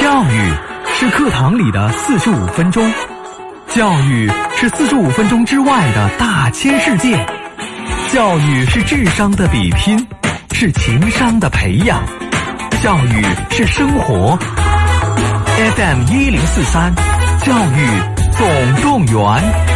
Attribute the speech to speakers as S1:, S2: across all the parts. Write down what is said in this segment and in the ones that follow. S1: 教育是课堂里的四十五分钟，教育是四十五分钟之外的大千世界，教育是智商的比拼，是情商的培养，教育是生活。FM 一零四三，教育总动员。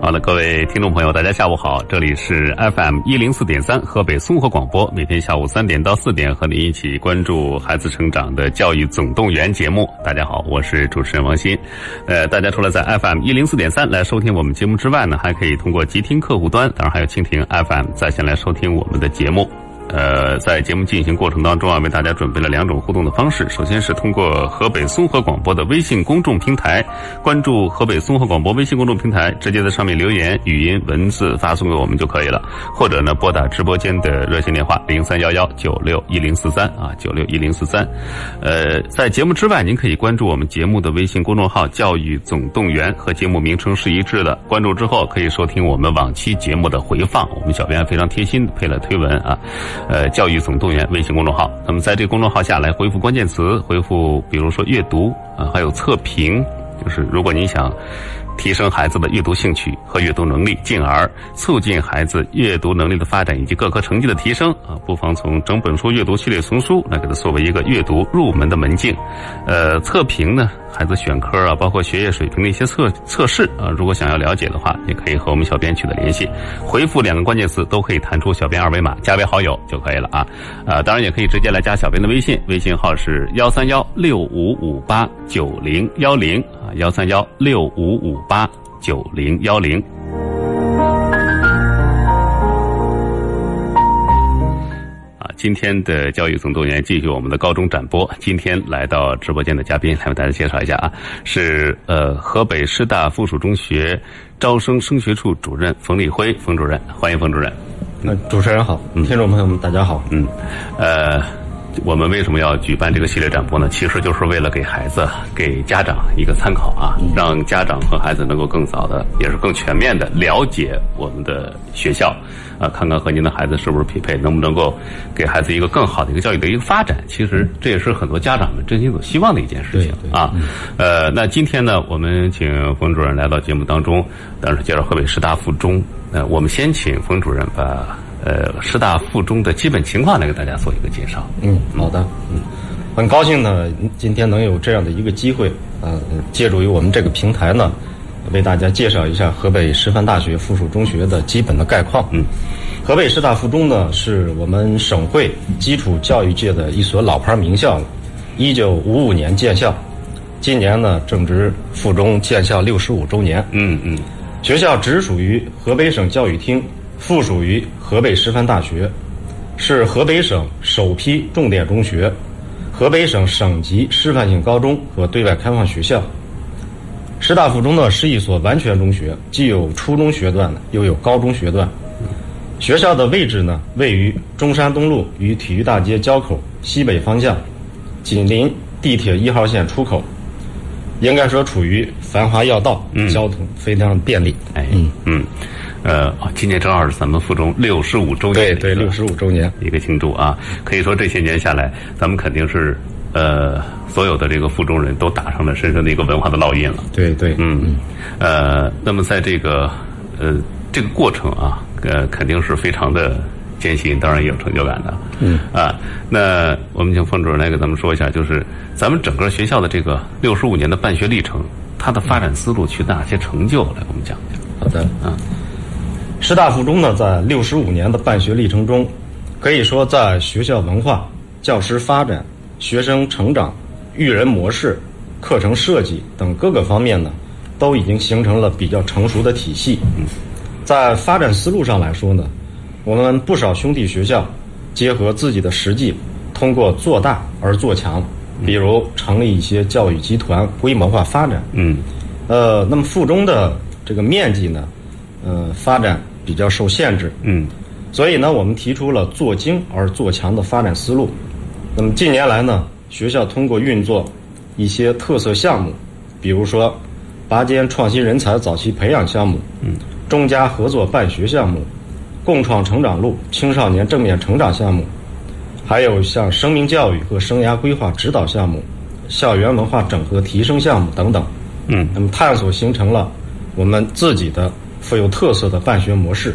S2: 好的，各位听众朋友，大家下午好，这里是 FM 一零四点三河北综合广播，每天下午三点到四点和您一起关注孩子成长的教育总动员节目。大家好，我是主持人王鑫。呃，大家除了在 FM 一零四点三来收听我们节目之外呢，还可以通过极听客户端，当然还有蜻蜓 FM 在线来收听我们的节目。呃，在节目进行过程当中啊，为大家准备了两种互动的方式。首先是通过河北综合广播的微信公众平台，关注河北综合广播微信公众平台，直接在上面留言、语音、文字发送给我们就可以了。或者呢，拨打直播间的热线电话零三幺幺九六一零四三啊，九六一零四三。呃，在节目之外，您可以关注我们节目的微信公众号“教育总动员”和节目名称是一致的。关注之后，可以收听我们往期节目的回放。我们小编非常贴心地配了推文啊。呃，教育总动员微信公众号。那么在这个公众号下来回复关键词，回复比如说阅读啊、还有测评，就是如果您想提升孩子的阅读兴趣和阅读能力，进而促进孩子阅读能力的发展以及各科成绩的提升啊，不妨从整本书阅读系列丛书来给它作为一个阅读入门的门径。呃，测评呢，孩子选科啊，包括学业水平的一些测测试啊，如果想要了解的话，也可以和我们小编取得联系，回复两个关键词都可以弹出小编二维码，加为好友就可以了啊。呃，当然也可以直接来加小编的微信，微信号是幺三幺六五五八九零幺零啊，幺三幺六五五八九零幺零。啊，今天的教育总动员继续我们的高中展播。今天来到直播间的嘉宾，来为大家介绍一下啊，是呃河北师大附属中学招生升学处主任冯立辉，冯主任，欢迎冯主任。
S3: 那主持人好，嗯听众朋友们大家好。
S2: 嗯，呃，我们为什么要举办这个系列展播呢？其实就是为了给孩子、给家长一个参考啊，让家长和孩子能够更早的，也是更全面的了解我们的学校，啊、看看和您的孩子是不是匹配，能不能够给孩子一个更好的一个教育的一个发展。其实这也是很多家长们真心所希望的一件事情
S3: 对对嗯
S2: 啊。呃，那今天呢，我们请冯主任来到节目当中，当然是介绍河北师大附中。呃，我们先请冯主任把呃师大附中的基本情况来给大家做一个介绍。
S3: 嗯，好的，嗯，很高兴呢，今天能有这样的一个机会，呃，借助于我们这个平台呢，为大家介绍一下河北师范大学附属中学的基本的概况。嗯，河北师大附中呢，是我们省会基础教育界的一所老牌名校了，一九五五年建校，今年呢正值附中建校六十五周年。
S2: 嗯嗯
S3: 学校直属于河北省教育厅，附属于河北师范大学，是河北省首批重点中学，河北省省级示范性高中和对外开放学校。师大附中呢是一所完全中学，既有初中学段，又有高中学段。学校的位置呢位于中山东路与体育大街交口西北方向，紧邻地铁一号线出口，应该说处于繁华要道，交通非常便利。
S2: 哎嗯嗯，呃，哦今年正好是咱们附中六十五周
S3: 对
S2: 年，
S3: 对，六十五周年。
S2: 一个庆祝啊。可以说这些年下来，咱们肯定是呃所有的这个附中人都打上了深深的一个文化的烙印了。
S3: 对对，
S2: 嗯，呃，那么在这个呃这个过程啊，呃，肯定是非常的艰辛，当然也有成就感的。嗯啊，那我们请冯主任来给咱们说一下，就是咱们整个学校的这个六十五年的办学历程，它的发展思路取得哪些成就，来给我们讲一讲。
S3: 好的。啊
S2: 嗯，
S3: 师大附中呢，在六十五年的办学历程中，可以说在学校文化、教师发展、学生成长、育人模式、课程设计等各个方面呢，都已经形成了比较成熟的体系。在发展思路上来说呢，我们不少兄弟学校结合自己的实际，通过做大而做强，比如成立一些教育集团，规模化发展。
S2: 嗯
S3: 呃，那么附中的这个面积呢，呃，发展比较受限制，
S2: 嗯
S3: 所以呢，我们提出了做精而做强的发展思路。那么近年来呢，学校通过运作一些特色项目，比如说拔尖创新人才早期培养项目，嗯，中加合作办学项目，共创成长路青少年正面成长项目，还有像生命教育和生涯规划指导项目、校园文化整合提升项目等等。
S2: 嗯
S3: 那么探索形成了我们自己的富有特色的办学模式，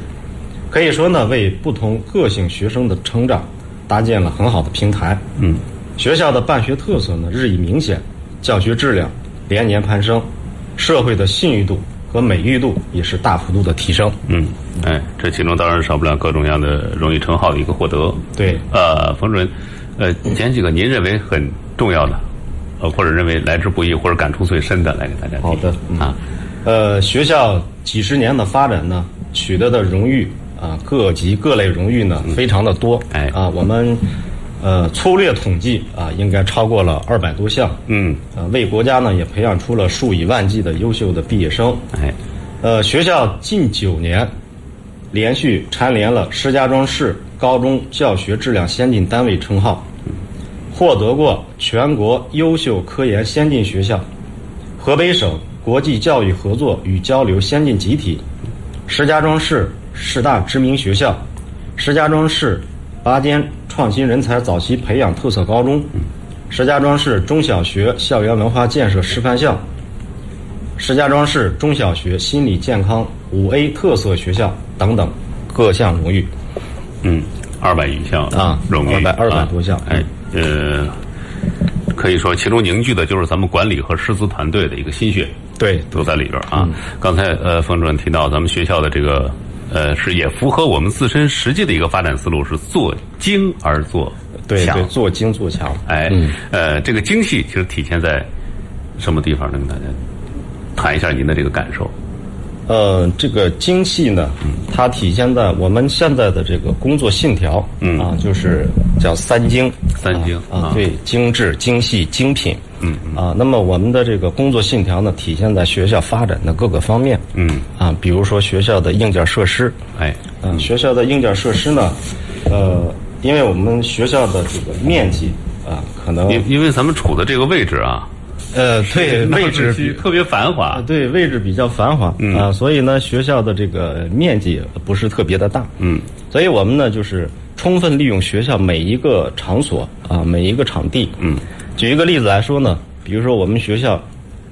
S3: 可以说呢，为不同个性学生的成长搭建了很好的平台。
S2: 嗯
S3: 学校的办学特色呢日益明显，教学质量连年攀升，社会的信誉度和美誉度也是大幅度的提升。
S2: 嗯，哎，这其中当然少不了各种各样的荣誉称号的一个获得。
S3: 对，
S2: 呃，冯主任，呃，前几个您认为很重要的，呃，或者认为来之不易或者感触最深的，来给大家提
S3: 好的嗯
S2: 啊，
S3: 呃，学校几十年的发展呢，取得的荣誉啊，各级各类荣誉呢，非常的多。
S2: 哎
S3: 啊，我们呃粗略统计啊，应该超过了二百多项。
S2: 嗯，
S3: 呃，为国家呢也培养出了数以万计的优秀的毕业生。
S2: 哎，
S3: 呃，学校近九年连续蝉联了石家庄市高中教学质量先进单位称号，获得过全国优秀科研先进学校、河北省国际教育合作与交流先进集体、石家庄市十大知名学校、石家庄市拔尖创新人才早期培养特色高中、石家庄市中小学校园文化建设示范校。石家庄市中小学心理健康五 A 特色学校等等各项荣誉。
S2: 嗯，二百余项
S3: 啊
S2: 荣誉，
S3: 200 200
S2: 啊
S3: 多项嗯
S2: 哎，呃，可以说其中凝聚的就是咱们管理和师资团队的一个心血。
S3: 对，
S2: 都在里边儿啊。
S3: 嗯
S2: 刚才呃，冯主任提到咱们学校的这个呃，是也符合我们自身实际的一个发展思路，是做精而做
S3: 对
S2: 强
S3: 对，。做精做强。
S2: 哎，呃，这个精细其实体现在什么地方？能跟大家谈一下您的这个感受？
S3: 呃，这个精细呢，它体现在我们现在的这个工作信条，
S2: 嗯
S3: 啊，就是叫三精。
S2: 三精
S3: 啊，对，精致、精细、精品。嗯啊，那么我们的这个工作信条呢，体现在学校发展的各个方面。
S2: 嗯
S3: 啊，比如说学校的硬件设施，
S2: 哎，
S3: 嗯，学校的硬件设施呢，呃，因为我们学校的这个面积啊、可能
S2: 因因为咱们处的这个位置啊，
S3: 呃对位置比
S2: 特别繁华
S3: 啊，对位置比较繁华啊、所以呢，学校的这个面积不是特别的大，
S2: 嗯，
S3: 所以我们呢就是充分利用学校每一个场所啊，每一个场地，嗯，举一个例子来说呢，比如说我们学校。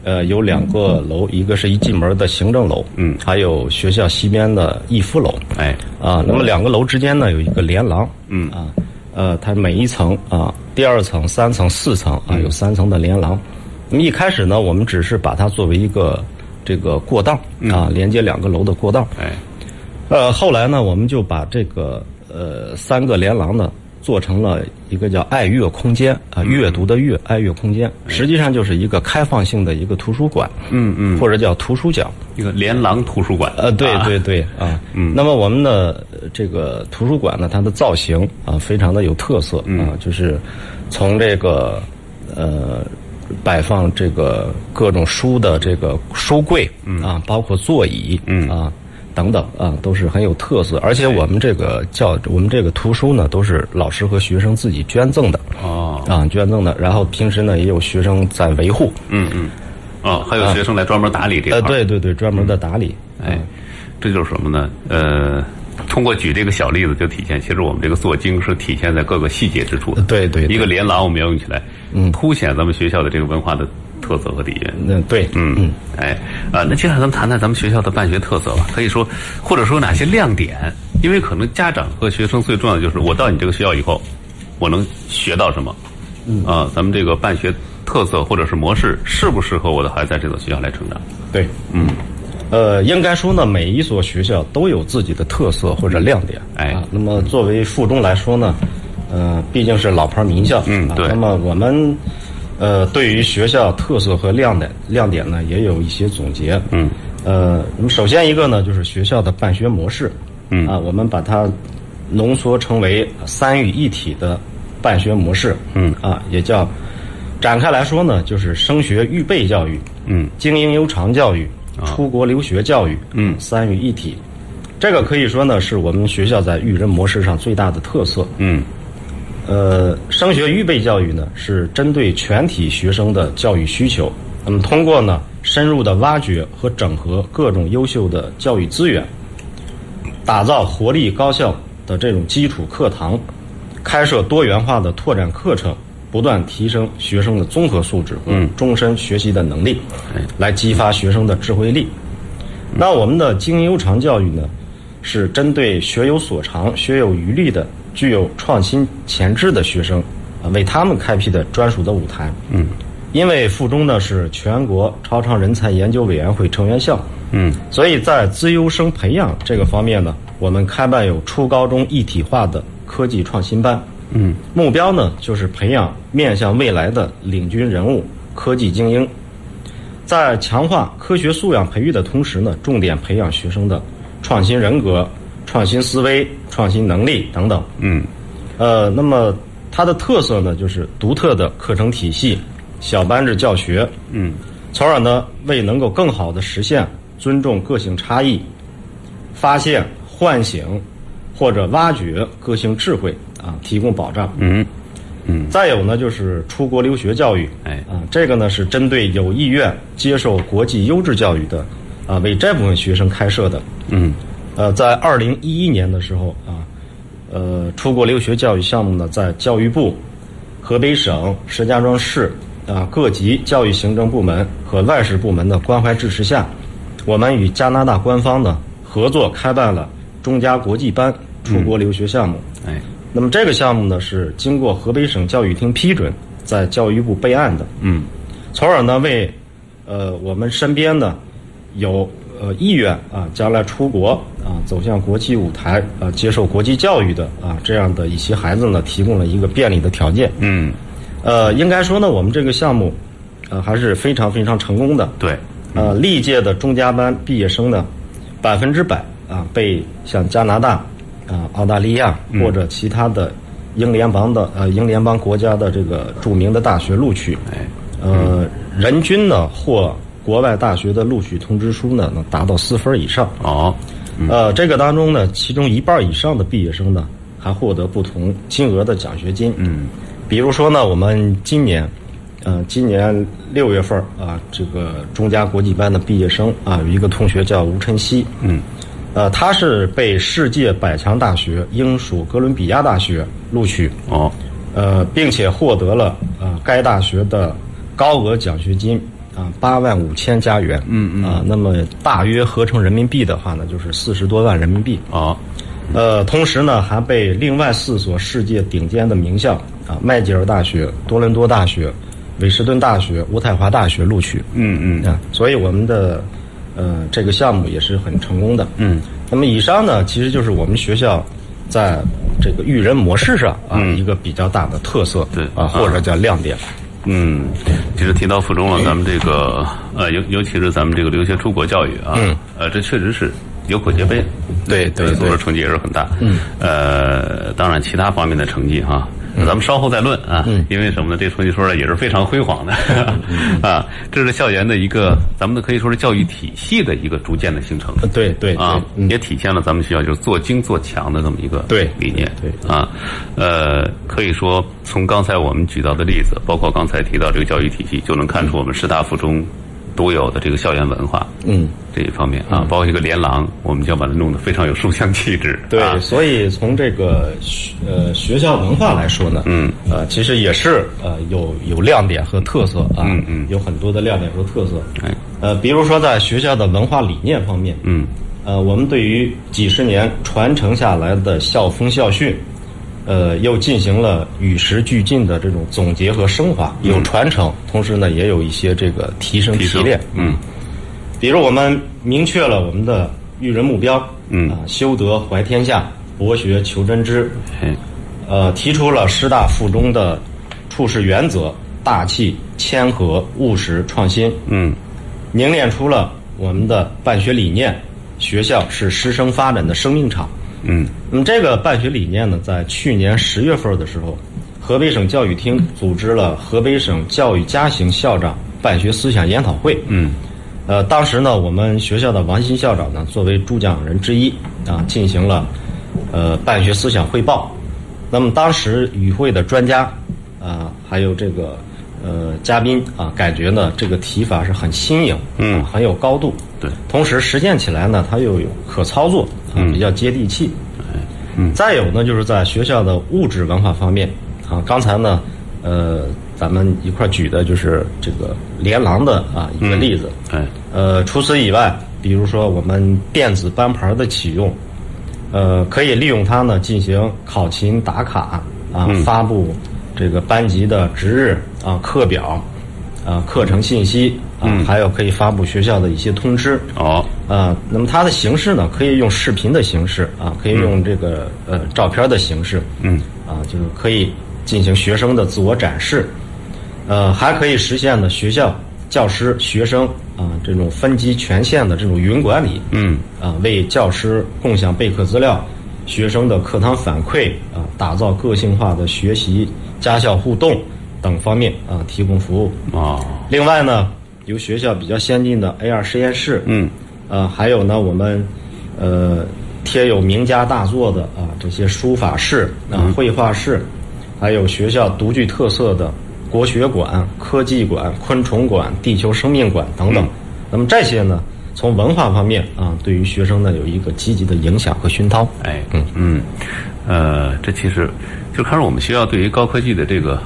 S3: 呃，有两个楼，一个是一进门的行政楼，
S2: 嗯
S3: 还有学校西边的逸夫楼，
S2: 哎，
S3: 啊，那么两个楼之间呢有一个连廊，嗯啊，呃，它每一层啊，第二层、三层、四层啊，有三层的连廊。那么一开始呢，我们只是把它作为一个这个过道啊，连接两个楼的过道。
S2: 哎，
S3: 呃，后来呢，我们就把这个呃三个连廊呢做成了一个叫爱乐空间啊，阅读的阅，爱乐空间，实际上就是一个开放性的一个图书馆，嗯嗯，或者叫图书角。
S2: 一个连廊图书馆。
S3: 呃，对
S2: 啊
S3: 对对啊，嗯，那么我们的呃这个图书馆呢，它的造型啊，非常的有特色
S2: 嗯
S3: 啊，就是从这个呃摆放这个各种书的这个书柜
S2: 嗯
S3: 啊，包括座椅啊等等啊，都是很有特色。而且我们这个教我们这个图书呢，都是老师和学生自己捐赠的
S2: 哦
S3: 啊，捐赠的。然后平时呢，也有学生在维护。
S2: 哦，还有学生来专门打理这块
S3: 呃，
S2: 儿。
S3: 对对对，专门的打理。
S2: 哎，这就是什么呢？呃，通过举这个小例子就体现，其实我们这个做精是体现在各个细节之处的。
S3: 对对对
S2: 一个连廊我们要用起来，嗯，凸显咱们学校的这个文化的特色和底蕴。
S3: 嗯，对，
S2: 嗯嗯，哎，啊、那接下来咱们谈谈咱们学校的办学特色吧。可以说，或者说哪些亮点？因为可能家长和学生最重要的就是，我到你这个学校以后，我能学到什么？嗯啊、咱们这个办学特色或者是模式，适不适合我的孩子在这所学校来成长？
S3: 对，嗯，呃，应该说呢，每一所学校都有自己的特色或者亮点。
S2: 哎
S3: 啊，那么作为附中来说呢，呃，毕竟是老牌名校，
S2: 嗯对
S3: 啊，那么我们呃，对于学校特色和亮点亮点呢，也有一些总结。嗯，呃，那么首先一个呢，就是学校的办学模式。嗯啊，我们把它浓缩成为三育一体的办学模式。嗯啊，也叫展开来说呢，就是升学预备教育。
S2: 嗯，
S3: 精英优长教育、出国留学教育，嗯，三育一体，这个可以说呢，是我们学校在育人模式上最大的特色。
S2: 嗯
S3: 呃，升学预备教育呢，是针对全体学生的教育需求。那么，通过呢深入的挖掘和整合各种优秀的教育资源，打造活力高效的这种基础课堂，开设多元化的拓展课程，不断提升学生的综合素质和终身学习的能力，来激发学生的智慧力。那我们的精英优长教育呢，是针对学有所长、学有余力的、具有创新潜质的学生，啊，为他们开辟的专属的舞台。嗯，因为附中呢是全国超常人才研究委员会成员校，
S2: 嗯，
S3: 所以在资优生培养这个方面呢，我们开办有初高中一体化的科技创新班。
S2: 嗯，
S3: 目标呢就是培养面向未来的领军人物、科技精英。在强化科学素养培育的同时呢，重点培养学生的创新人格、创新思维、创新能力等等。
S2: 嗯
S3: 呃，那么它的特色呢，就是独特的课程体系、小班制教学，
S2: 嗯
S3: 从而呢为能够更好的实现尊重个性差异、发现、唤醒或者挖掘个性智慧啊提供保障。
S2: 嗯
S3: 再有呢，就是出国留学教育，
S2: 哎
S3: 啊，这个呢是针对有意愿接受国际优质教育的，啊，为这部分学生开设的。
S2: 嗯
S3: 呃，在二零一一年的时候啊，呃，出国留学教育项目呢，在教育部、河北省石家庄市啊各级教育行政部门和外事部门的关怀支持下，我们与加拿大官方呢合作开办了中加国际班出国留学项目。
S2: 哎
S3: 那么这个项目呢是经过河北省教育厅批准，在教育部备案的，
S2: 嗯
S3: 从而呢为呃我们身边的有呃意愿啊将来出国啊走向国际舞台啊接受国际教育的啊这样的一些孩子呢提供了一个便利的条件。
S2: 嗯，
S3: 呃，应该说呢我们这个项目呃还是非常非常成功的。
S2: 对，
S3: 呃，历届的中加班毕业生呢，百分之百啊被像加拿大、啊澳大利亚或者其他的英联邦的呃英联邦国家的这个著名的大学录取。
S2: 哎
S3: 呃，人均呢获国外大学的录取通知书呢能达到四分以上。
S2: 哦，
S3: 呃，这个当中呢，其中一半以上的毕业生呢，还获得不同金额的奖学金。嗯，比如说呢，我们今年，呃，今年六月份儿啊、这个中加国际班的毕业生啊、有一个同学叫吴晨曦。
S2: 嗯，
S3: 呃，他是被世界百强大学英属哥伦比亚大学录取，
S2: 哦，
S3: 呃，并且获得了呃该大学的高额奖学金啊八万五千加元，嗯嗯啊，那么大约合成人民币的话呢，就是四十多万人民币。
S2: 哦，
S3: 呃，同时呢，还被另外四所世界顶尖的名校啊，麦吉尔大学、多伦多大学、韦士顿大学、渥太华大学录取。
S2: 嗯嗯
S3: 啊，所以我们的呃这个项目也是很成功的。
S2: 嗯，
S3: 那么以上呢，其实就是我们学校在这个育人模式上啊、一个比较大的特色，
S2: 对
S3: 啊，或者叫亮点。
S2: 嗯，其实提到附中
S3: 哎
S2: 了，咱们这个呃，尤尤其是咱们这个留学出国教育啊，呃，这确实是有口皆碑，
S3: 嗯对对
S2: 呃
S3: 对
S2: 做出成绩也是很大。嗯，呃，当然其他方面的成绩哈、
S3: 嗯
S2: 咱们稍后再论啊。嗯，因为什么呢？这成绩说来也是非常辉煌的
S3: 嗯
S2: 啊，这是校园的一个，咱们的可以说是教育体系的一个逐渐的形成。
S3: 对对对
S2: 啊，
S3: 嗯
S2: 也体现了咱们学校就是做精做强的这么一个
S3: 对
S2: 理念。
S3: 对
S2: 啊，呃，可以说从刚才我们举到的例子，包括刚才提到这个教育体系，就能看出我们师大附中独有的这个校园文化。
S3: 嗯。
S2: 这一方面啊，包括一个连廊，我们就要把它弄得非常有书香气质。
S3: 对，
S2: 啊
S3: 所以从这个学呃学校文化来说呢，嗯，呃，其实也是呃有有亮点和特色啊，嗯嗯，有很多的亮点和特色，
S2: 哎
S3: 呃，比如说在学校的文化理念方面，
S2: 嗯，
S3: 呃，我们对于几十年传承下来的校风校训，呃，又进行了与时俱进的这种总结和升华，有传承，同时呢，也有一些这个提升
S2: 嗯提升
S3: 提炼，
S2: 嗯
S3: 比如我们明确了我们的育人目标，
S2: 嗯
S3: 啊、修德怀天下，博学求真知，
S2: 哎，
S3: 呃，提出了师大附中的处事原则：大气、谦和、务实、创新，
S2: 嗯
S3: 凝练出了我们的办学理念。学校是师生发展的生命场。
S2: 嗯
S3: 那么这个办学理念呢，在去年十月份的时候，河北省教育厅组织了河北省教育嘉行校长办学思想研讨会。
S2: 嗯
S3: 呃，当时呢，我们学校的王鑫校长呢，作为主讲人之一啊，进行了呃办学思想汇报。那么当时与会的专家啊，还有这个呃嘉宾啊，感觉呢这个提法是很新颖，
S2: 嗯
S3: 啊很有高度，
S2: 对，
S3: 同时实践起来呢，它又有可操作，啊，比较接地气。嗯，再有呢，就是在学校的物质文化方面，啊，刚才呢，呃，咱们一块儿举的就是这个连廊的啊一个例子。
S2: 哎，
S3: 呃，除此以外，比如说我们电子班牌的启用，呃，可以利用它呢进行考勤打卡啊，发布这个班级的值日啊、课表啊、课程信息啊，还有可以发布学校的一些通知。
S2: 哦，
S3: 啊，那么它的形式呢，可以用视频的形式啊，可以用这个呃照片的形式，嗯，啊，就是可以进行学生的自我展示，呃，还可以实现呢学校、教师、学生啊这种分级权限的这种云管理，
S2: 嗯，
S3: 啊，为教师共享备课资料、学生的课堂反馈啊，打造个性化的学习、家校互动等方面啊提供服务。
S2: 哦，
S3: 另外呢，由学校比较先进的 AR 实验室，
S2: 嗯，
S3: 呃，还有呢，我们呃贴有名家大作的啊、这些书法室啊、绘画室，还有学校独具特色的国学馆、科技馆、昆虫馆、地球生命馆等等。那么这些呢，从文化方面啊、对于学生呢有一个积极的影响和熏陶。
S2: 哎，嗯嗯，呃，这其实就看着我们学校对于高科技的这个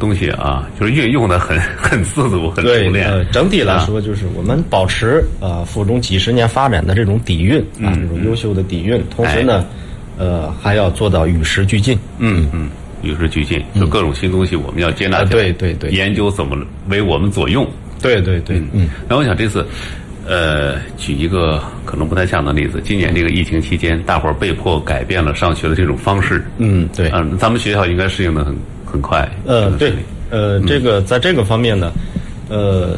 S2: 东西啊，就是运用的很很自如，很熟
S3: 对，
S2: 练。
S3: 呃，整体来说就是我们保持呃附中几十年发展的这种底蕴啊，这种优秀的底蕴，同时呢，呃，还要做到与时俱进。
S2: 嗯嗯，与时俱进，就各种新东西我们要接纳起来，
S3: 嗯啊对对对
S2: 研究怎么为我们所用。
S3: 对对对，嗯，
S2: 那我想这次，呃，举一个可能不太恰当的例子，今年这个疫情期间，大伙儿被迫改变了上学的这种方式。
S3: 嗯对
S2: 嗯、咱们学校应该适应的很很快。
S3: 呃
S2: 这个
S3: 对
S2: 顺利，
S3: 呃，这个在这个方面呢，呃，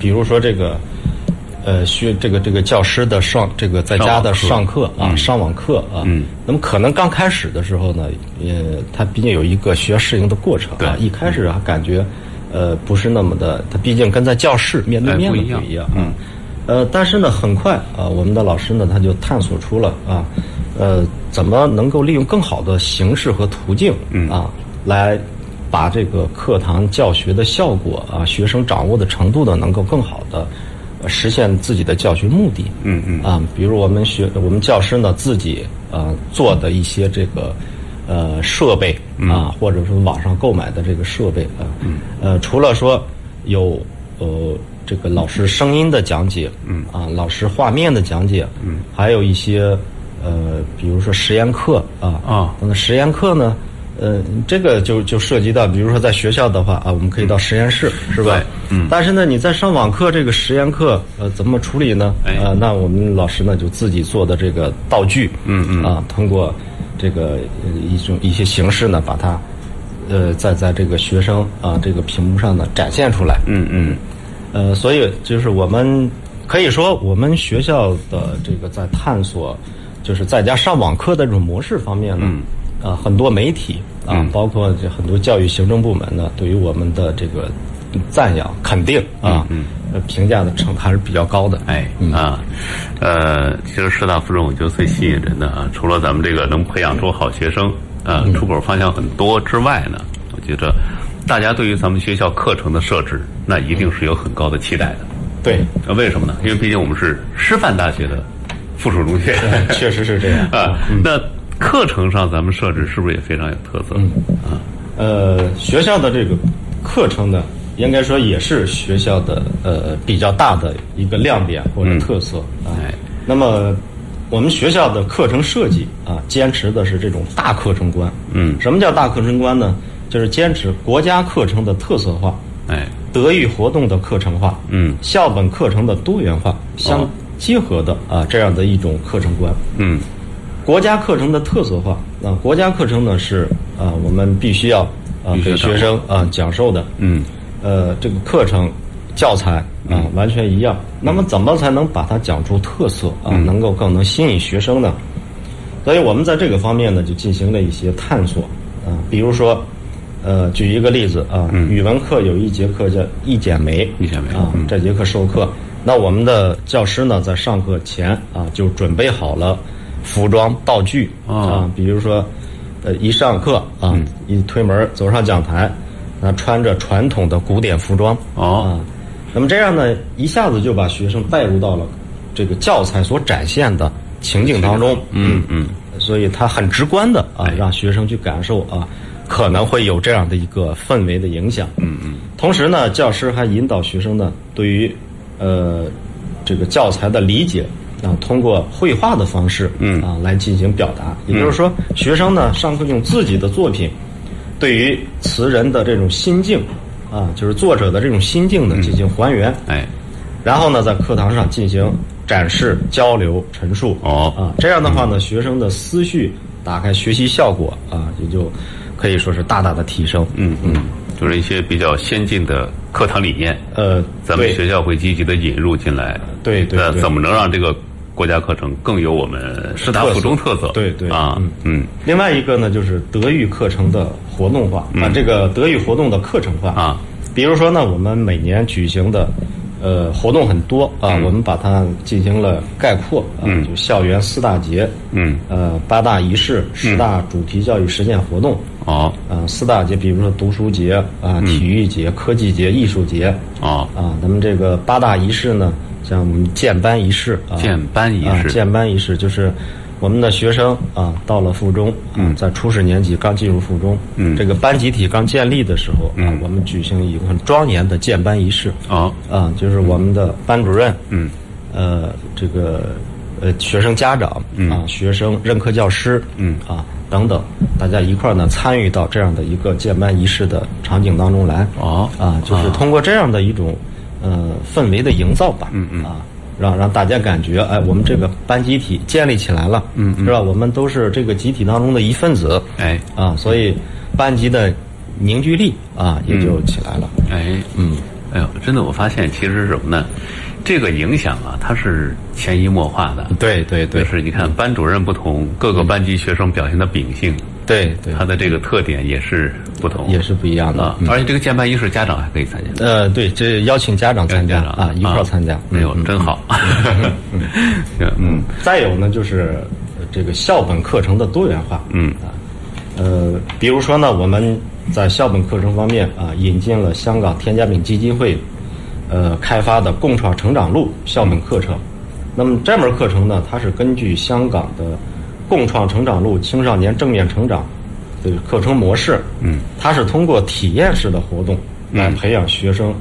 S3: 比如说这个。呃，学这个这个教师的上这个在家的
S2: 上
S3: 上课啊，上网课啊，嗯，那么可能刚开始的时候呢，呃，他毕竟有一个需要适应的过程啊，
S2: 对
S3: 一开始啊感觉，呃，不是那么的，他毕竟跟在教室面对
S2: 哎
S3: 面
S2: 不
S3: 的
S2: 一样
S3: 不一样啊，呃，但是呢，很快啊，我们的老师呢，他就探索出了啊，呃，怎么能够利用更好的形式和途径，嗯啊，来把这个课堂教学的效果啊，学生掌握的程度呢，能够更好的实现自己的教学目的。嗯嗯啊，比如我们学我们教师呢自己呃做的一些这个呃设备
S2: 嗯
S3: 啊，或者说网上购买的这个设备啊，呃，除了说有呃这个老师声音的讲解，嗯啊，老师画面的讲解，嗯，还有一些呃，比如说实验课啊
S2: 啊
S3: 那么实验课呢。呃，这个就就涉及到，比如说在学校的话啊，我们可以到实验室，是吧
S2: 对？
S3: 嗯。但是呢，你在上网课这个实验课，呃，怎么处理呢？
S2: 哎
S3: 呃，那我们老师呢就自己做的这个道具，嗯嗯，啊，通过这个呃一种一些形式呢，把它呃，在在这个学生啊、这个屏幕上呢展现出来。嗯嗯，呃，所以就是我们可以说，我们学校的这个在探索，就是在家上网课的这种模式方面呢，啊、很多媒体啊、包括这很多教育行政部门呢，对于我们的这个赞扬、肯定啊，呃评价的程度还是比较高的。
S2: 哎啊，呃，其实师大附中我觉得最吸引人的啊，除了咱们这个能培养出好学生啊，出口方向很多之外呢，我觉得大家对于咱们学校课程的设置，那一定是有很高的期待的。
S3: 对，
S2: 呃为什么呢？因为毕竟我们是师范大学的附属中学
S3: 哎 确实是这 样。呃
S2: 啊，那课程上咱们设置是不是也非常有特色？啊，
S3: 呃，学校的这个课程呢，应该说也是学校的呃比较大的一个亮点或者特色、啊
S2: 哎。
S3: 那么我们学校的课程设计啊，坚持的是这种大课程观。
S2: 嗯
S3: 什么叫大课程观呢？就是坚持国家课程的特色化，
S2: 哎，
S3: 德育活动的课程化，
S2: 嗯
S3: 校本课程的多元化相
S2: 哦
S3: 结合的啊这样的一种课程观。
S2: 嗯
S3: 国家课程的特色化。啊，国家课程呢是啊、我们必须要啊、
S2: 必须
S3: 给学生啊、讲授的。
S2: 嗯，
S3: 呃，这个课程教材啊、完全一样。那么怎么才能把它讲出特色啊、能够更能吸引学生呢？所以我们在这个方面呢，就进行了一些探索啊、比如说，呃，嗯举一个例子啊、语文课有一节课叫“一剪梅”，
S2: 一剪梅
S3: 啊、这节课授课那我们的教师呢，在上课前啊，就准备好了服装道具、啊，比如说，呃，一上课啊，一推门走上讲台，那穿着传统的古典服装
S2: 哦
S3: 啊，那么这样呢，一下子就把学生带入到了这个教材所展现的情景当中，嗯嗯，所以他很直观的啊，让学生去感受啊，可能会有这样的一个氛围的影响，嗯嗯。同时呢，教师还引导学生呢，对于呃这个教材的理解啊，通过绘画的方式，嗯啊来进行表达。也
S2: 嗯
S3: 就是说，学生呢上课用自己的作品，对于词人的这种心境啊，就是作者的这种心境呢
S2: 嗯
S3: 进行还原，
S2: 哎，
S3: 然后呢在课堂上进行展示、交流、陈述。
S2: 哦
S3: 啊，这样的话呢，学生的思绪打开，学习效果啊也就可以说是大大的提升。嗯嗯，
S2: 就是一些比较先进的课堂理念，
S3: 呃，
S2: 咱们
S3: 对
S2: 学呃校会积极的引入进来。
S3: 对对
S2: 那
S3: 对
S2: 怎么能让这个国家课程更有我们师大
S3: 特色
S2: 附中特色？
S3: 对对
S2: 啊，嗯
S3: 另外一个呢，就是德育课程的活动化，把这个德育活动的课程化
S2: 嗯啊。
S3: 比如说呢，我们每年举行的，呃，活动很多啊，
S2: 嗯
S3: 我们把它进行了概括啊，就校园四大节，
S2: 嗯，
S3: 呃，八大仪式、十大主题教育实践活动，
S2: 哦
S3: 啊，四大节，比如说读书节
S2: 嗯
S3: 啊、体育节、科技节、艺术节，
S2: 哦，
S3: 啊，咱们这个八大仪式呢，像我们建班仪式啊，
S2: 建班仪
S3: 啊
S2: 式
S3: 建班仪式就是我们的学生啊，到了附中，嗯，在初始年级刚进入附中，嗯，这个班集体刚建立的时候，嗯、啊，我们举行一个很庄严的建班仪式，
S2: 哦
S3: 啊，就是我们的班主任，嗯，呃，这个呃学生家长，嗯啊，学生任课教师，嗯啊等等，大家一块儿呢参与到这样的一个建班仪式的场景当中来，
S2: 哦
S3: 啊，就是通过这样的一种呃氛围的营造吧，嗯嗯啊。让让大家感觉，哎，我们这个班集体建立起来了，嗯，是吧？我们都是这个集体当中的一份子，
S2: 哎
S3: 啊，所以班级的凝聚力啊也就起来了。
S2: 哎嗯，哎呦，真的，我发现其实是什么呢？这个影响啊，它是潜移默化的。
S3: 对对对嗯
S2: 就是你看班主任不同，各个班级学生表现的秉性，
S3: 对对
S2: 它，的这个特点也是不同，
S3: 也是不一样的嗯
S2: 啊。。而且这个建班仪式，家长还可以参加。
S3: 呃，对，这邀请家长参加
S2: 家长
S3: 啊，一块儿参加。嗯
S2: 哎呦，真好。 行，嗯，
S3: 再有呢，就是呃这个校本课程的多元化。嗯啊，呃，比如说呢，我们在校本课程方面啊，引进了香港添加饼基金会呃开发的“共创成长路”校本课程。那么这门课程呢，它是根据香港的“共创成长路”青少年正面成长的课程模式，嗯，它是通过体验式的活动来培养学生、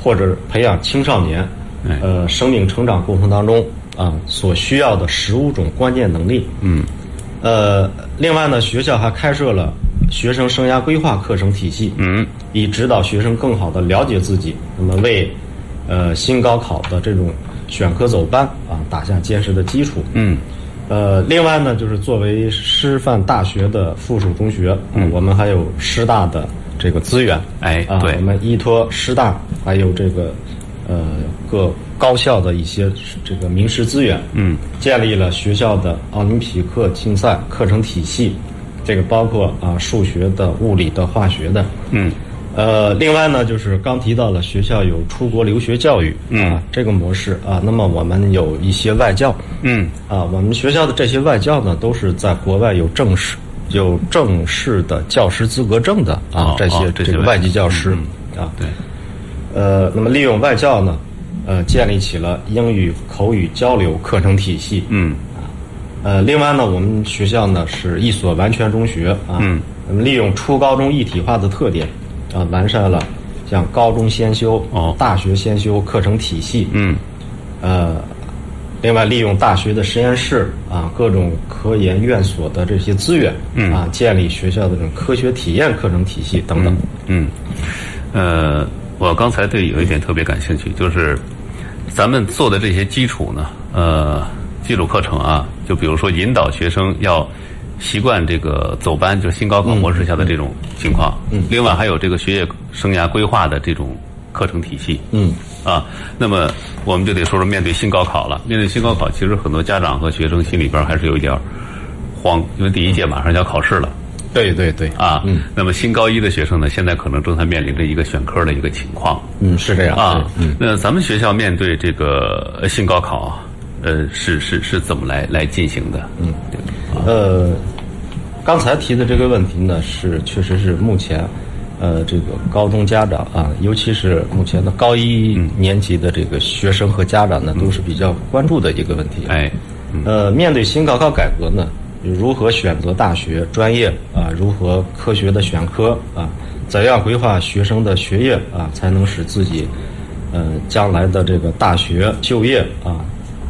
S3: 或者培养青少年
S2: 哎，
S3: 呃，生命成长过程当中啊所需要的十五种关键能力。嗯，呃，另外呢，学校还开设了学生生涯规划课程体系，嗯，以指导学生更好的了解自己，那么为呃新高考的这种选科走班啊打下坚实的基础。嗯。呃，另外呢，就是作为师范大学的附属中学，嗯、我们还有师大的这个资源，
S2: 哎
S3: 啊，
S2: 对
S3: 我们依托师大还有这个呃各高校的一些这个名师资源，嗯，建立了学校的奥林匹克竞赛课程体系，这个包括啊数学的、物理的、化学的，嗯。呃，另外呢，就是刚提到了学校有出国留学教育，嗯、啊，这个模式啊，那么我们有一些外教，嗯，啊，我们学校的这些外教呢，都是在国外有正式、有正式的教师资格证的啊，
S2: 哦
S3: 这些、
S2: 哦这些
S3: 个
S2: 外
S3: 外籍教师、啊，
S2: 对，
S3: 呃，那么利用外教呢，呃，建立起了英语口语交流课程体系。
S2: 嗯，
S3: 呃，另外呢，我们学校呢是一所完全中学啊，嗯，那么利用初高中一体化的特点，啊，完善了像高中先修、
S2: 哦
S3: 大学先修课程体系。
S2: 嗯，
S3: 呃，另外利用大学的实验室啊，各种科研院所的这些资源，嗯啊，建立学校的这种科学体验课程体系等等。
S2: 嗯，呃，我刚才对有一点特别感兴趣，就是咱们做的这些基础呢，呃，基础课程啊，就比如说引导学生要习惯这个走班，就是新高考模式下的这种情况。嗯，另外还有这个学业生涯规划的这种课程体系。
S3: 嗯，
S2: 啊，那么我们就得说说面对新高考了。面对新高考，其实很多家长和学生心里边还是有一点儿慌，因为第一届马上就要考试了。
S3: 对对对，
S2: 啊。嗯。那么新高一的学生呢，现在可能正在面临着一个选科的一个情况
S3: 嗯，是这样
S2: 啊。那咱们学校面对这个呃新高考，呃，是是是怎么来来进行的？嗯。
S3: 呃，刚才提的这个问题呢，是确实是目前，呃，这个高中家长啊，尤其是目前的高一年级的这个学生和家长呢，都是比较关注的一个问题。
S2: 哎，
S3: 呃，面对新高考改革呢，如何选择大学专业啊？如何科学的选科啊？怎样规划学生的学业啊？才能使自己，呃，将来的这个大学就业啊，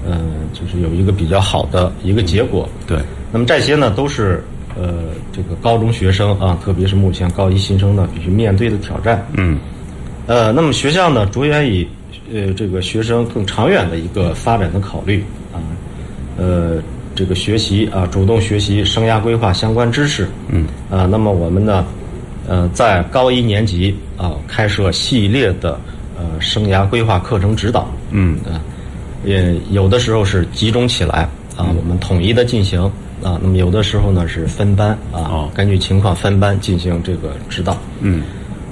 S3: 呃，就是有一个比较好的一个结果。
S2: 对，
S3: 那么这些呢，都是呃这个高中学生啊，特别是目前高一新生呢，必须面对的挑战。
S2: 嗯，
S3: 呃，那么学校呢，着眼以呃这个学生更长远的一个发展的考虑啊，呃，这个学习啊，主动学习生涯规划相关知识。嗯，啊，那么我们呢，呃，在高一年级啊，开设系列的呃生涯规划课程指导。
S2: 嗯
S3: 啊，也有的时候是集中起来啊，我们统一的进行啊，那么有的时候呢是分班啊，
S2: 哦
S3: 根据情况分班进行这个指导。
S2: 嗯，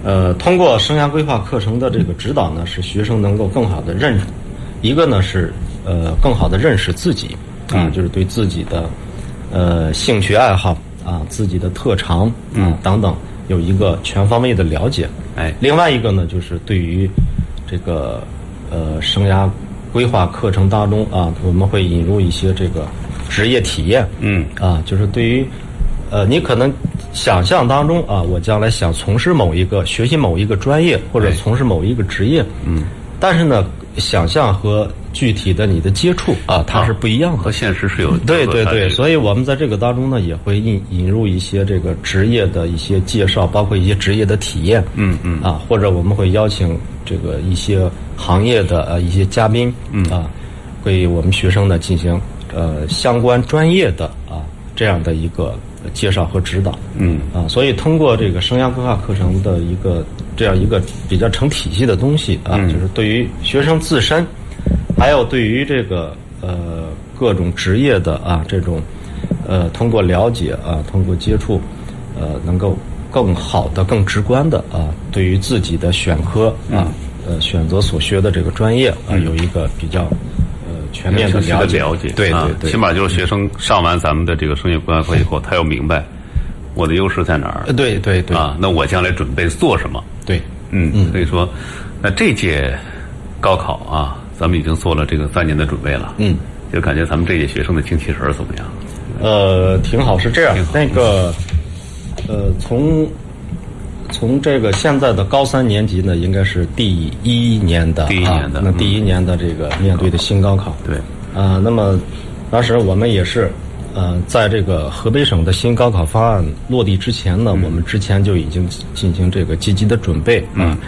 S3: 呃，通过生涯规划课程的这个指导呢，使学生能够更好的认，一个呢是呃更好的认识自己啊，就是对自己的呃兴趣爱好啊、自己的特长啊、等等有一个全方位的了解。
S2: 哎
S3: 另外一个呢就是对于这个呃生涯规划课程当中啊，我们会引入一些这个职业体验。
S2: 嗯
S3: 啊，就是对于，呃，你可能想象当中啊，我将来想从事某一个学习某一个专业或者
S2: 对
S3: 从事某一个职业，嗯，但是呢，想象和具体的你的接触啊，它是不一样的。
S2: 和现实是有
S3: 对对对，
S2: 以
S3: 所以我们在这个当中呢，也会引引入一些这个职业的一些介绍，包括一些职业的体验，嗯嗯，啊，或者我们会邀请这个一些行业的呃一些嘉宾，嗯啊，为我们学生呢进行呃相关专业的啊这样的一个介绍和指导，
S2: 嗯
S3: 啊，所以通过这个生涯规划课程的一个这样一个比较成体系的东西啊，
S2: 嗯
S3: 就是对于学生自身，还有对于这个呃各种职业的啊这种呃通过了解啊，通过接触，呃能够更好的、更直观的啊，对于自己的选科
S2: 嗯
S3: 啊，呃选择所学的这个专业啊，有一个比较呃全面的
S2: 的
S3: 了解，
S2: 了解，
S3: 对
S2: 啊
S3: 对对，
S2: 起码就是学生上完咱们的这个生涯规划课以后，他要明白我的优势在哪儿
S3: 呃对对对
S2: 啊，那我将来准备做什么？
S3: 对，
S2: 嗯，所以说，那这届高考啊，咱们已经做了这个三年的准备了。
S3: 嗯，
S2: 就感觉咱们这届学生的精气神儿怎么样？
S3: 呃，挺好，是这样
S2: 挺好。
S3: 那个，呃，从从这个现在的高三年级呢，应该是第一年的，
S2: 第一年的
S3: 啊、那
S2: 嗯
S3: 第一年的这个面对的新高考，
S2: 对，
S3: 啊、那么当时我们也是，呃，在这个河北省的新高考方案落地之前呢，我们之前就已经进行这个积极的准备
S2: 嗯
S3: 啊，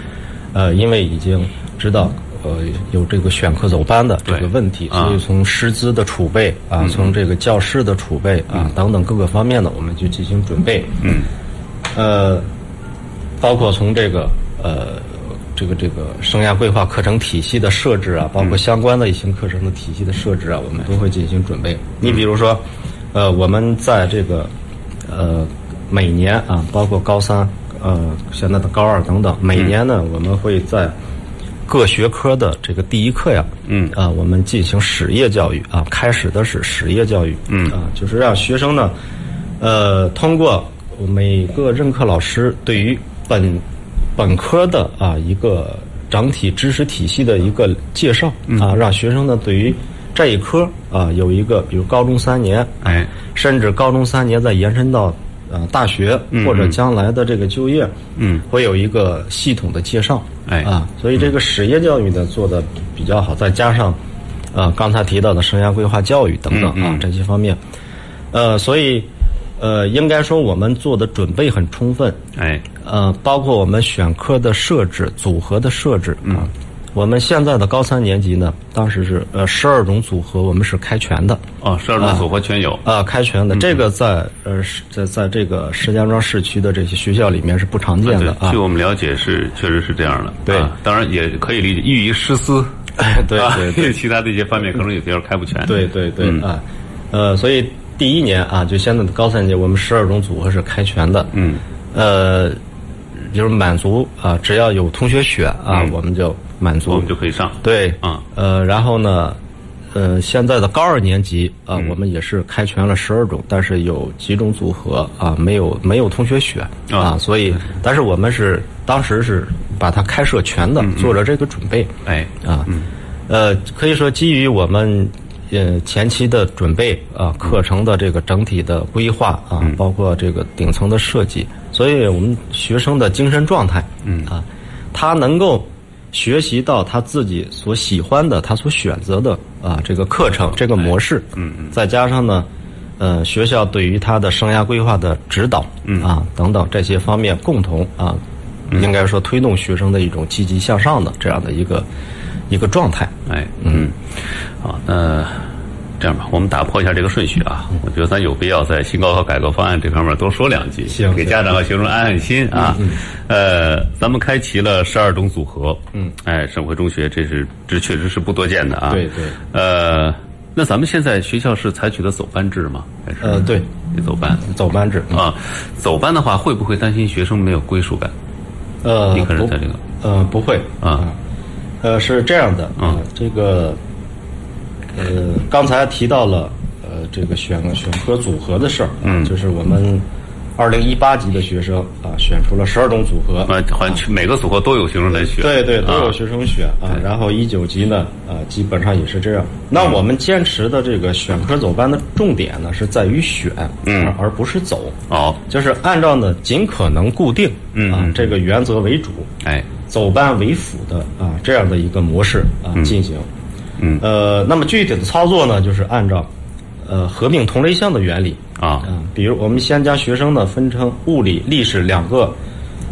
S3: 呃，因为已经知道。呃，有这个选课走班的这个
S2: 对
S3: 问题，
S2: 啊嗯
S3: 所以从师资的储备啊，从这个教师的储备啊等等各个方面呢，我们就进行准备。嗯，呃，包括从这个呃这个这个生涯规划课程体系的设置啊，包括相关的一些课程的体系的设置啊，我们都会进行准备。你比如说，呃，我们在这个呃每年啊，包括高三呃现在的高二等等，每年呢，我们会在各学科的这个第一课呀，嗯啊，我们进行实业教育啊，开始的是实业教育，嗯啊，就是让学生呢，呃，通过每个任课老师对于本本科的啊一个整体知识体系的一个介绍、啊，让学生呢对于这一科啊有一个，比如高中三年，
S2: 哎，
S3: 甚至高中三年再延伸到呃大学或者将来的这个就业，嗯，会有一个系统的介绍，
S2: 哎
S3: 啊，所以这个实业教育呢做的比较好，再加上呃刚才提到的生涯规划教育等等啊、这些方面，呃，所以呃应该说我们做的准备很充分，
S2: 哎，
S3: 呃，包括我们选科的设置、组合的设置啊。我们现在的高三年级呢，当时是呃十二种组合，我们是开全的，
S2: 哦，十二种组合全有。
S3: 啊，开全
S2: 嗯
S3: 的这个在呃是在在这个石家庄市区的这些学校里面是不常见的
S2: 对，
S3: 啊
S2: 据。我们了解是确实是这样的。
S3: 对
S2: 啊当然也可以理解，易于师资。
S3: 对对 对
S2: 啊其他的一些方面可能有些地方开不全。
S3: 嗯对对对啊，呃，所以第一年啊，就现在的高三届，我们十二种组合是开全的。
S2: 嗯，
S3: 呃，就是满足啊，只要有同学选啊，我们就满足。
S2: 嗯我们就可以上。
S3: 对，
S2: 啊
S3: 呃，然后呢，呃，现在的高二年级啊，我们也是开全了十二种，但是有几种组合啊，没有没有同学选
S2: 啊
S3: 啊，所以，但是我们是当时是把它开设全的，做了这个准备
S2: 哎，
S3: 啊，呃，可以说基于我们。呃，前期的准备啊，课程的这个整体的规划啊，包括这个顶层的设计，所以我们学生的精神状态，嗯啊，他能够学习到他自己所喜欢的、他所选择的啊这个课程、这个模式，嗯嗯，再加上呢，呃，学校对于他的生涯规划的指导，嗯啊等等这些方面共同啊，
S2: 嗯
S3: 应该说推动学生的一种积极向上的这样的一个一个状态。
S2: 哎，嗯，好，那这样吧，我们打破一下这个顺序啊。
S3: 嗯
S2: 我觉得咱有必要在新高考改革方案这方面多说两句，
S3: 行嗯
S2: 给家长和学生安安心啊。呃，咱们开齐了十二种组合，嗯，哎，省会中学这是这确实是不多见的啊。
S3: 对对。
S2: 呃，那咱们现在学校是采取的走班制吗？还是
S3: 呃，对，
S2: 得走班
S3: 走班制，
S2: 啊？走班的话，会不会担心学生没有归属感？
S3: 呃，
S2: 你个人
S3: 不
S2: 在这个
S3: 呃，不会
S2: 啊，
S3: 呃，是这样的
S2: 啊
S3: 呃这个呃，刚才提到了呃，这个选选科组合的事儿，嗯，就是我们二零一八级的学生啊，选出了十二种组合，
S2: 呃，好像每个组合都有学生来选。
S3: 对对，都
S2: 啊
S3: 有学生选啊。然后一九级呢，啊，基本上也是这样。那我们坚持的这个选科走班的重点呢，是在于选，嗯，而不是走，
S2: 哦，
S3: 就是按照呢尽可能固定，嗯啊这个原则为主，
S2: 哎，
S3: 走班为辅的啊这样的一个模式啊进行。
S2: 嗯
S3: 呃，那么具体的操作呢，就是按照呃合并同类项的原理
S2: 啊
S3: 啊，比如我们先将学生呢分成物理、历史两个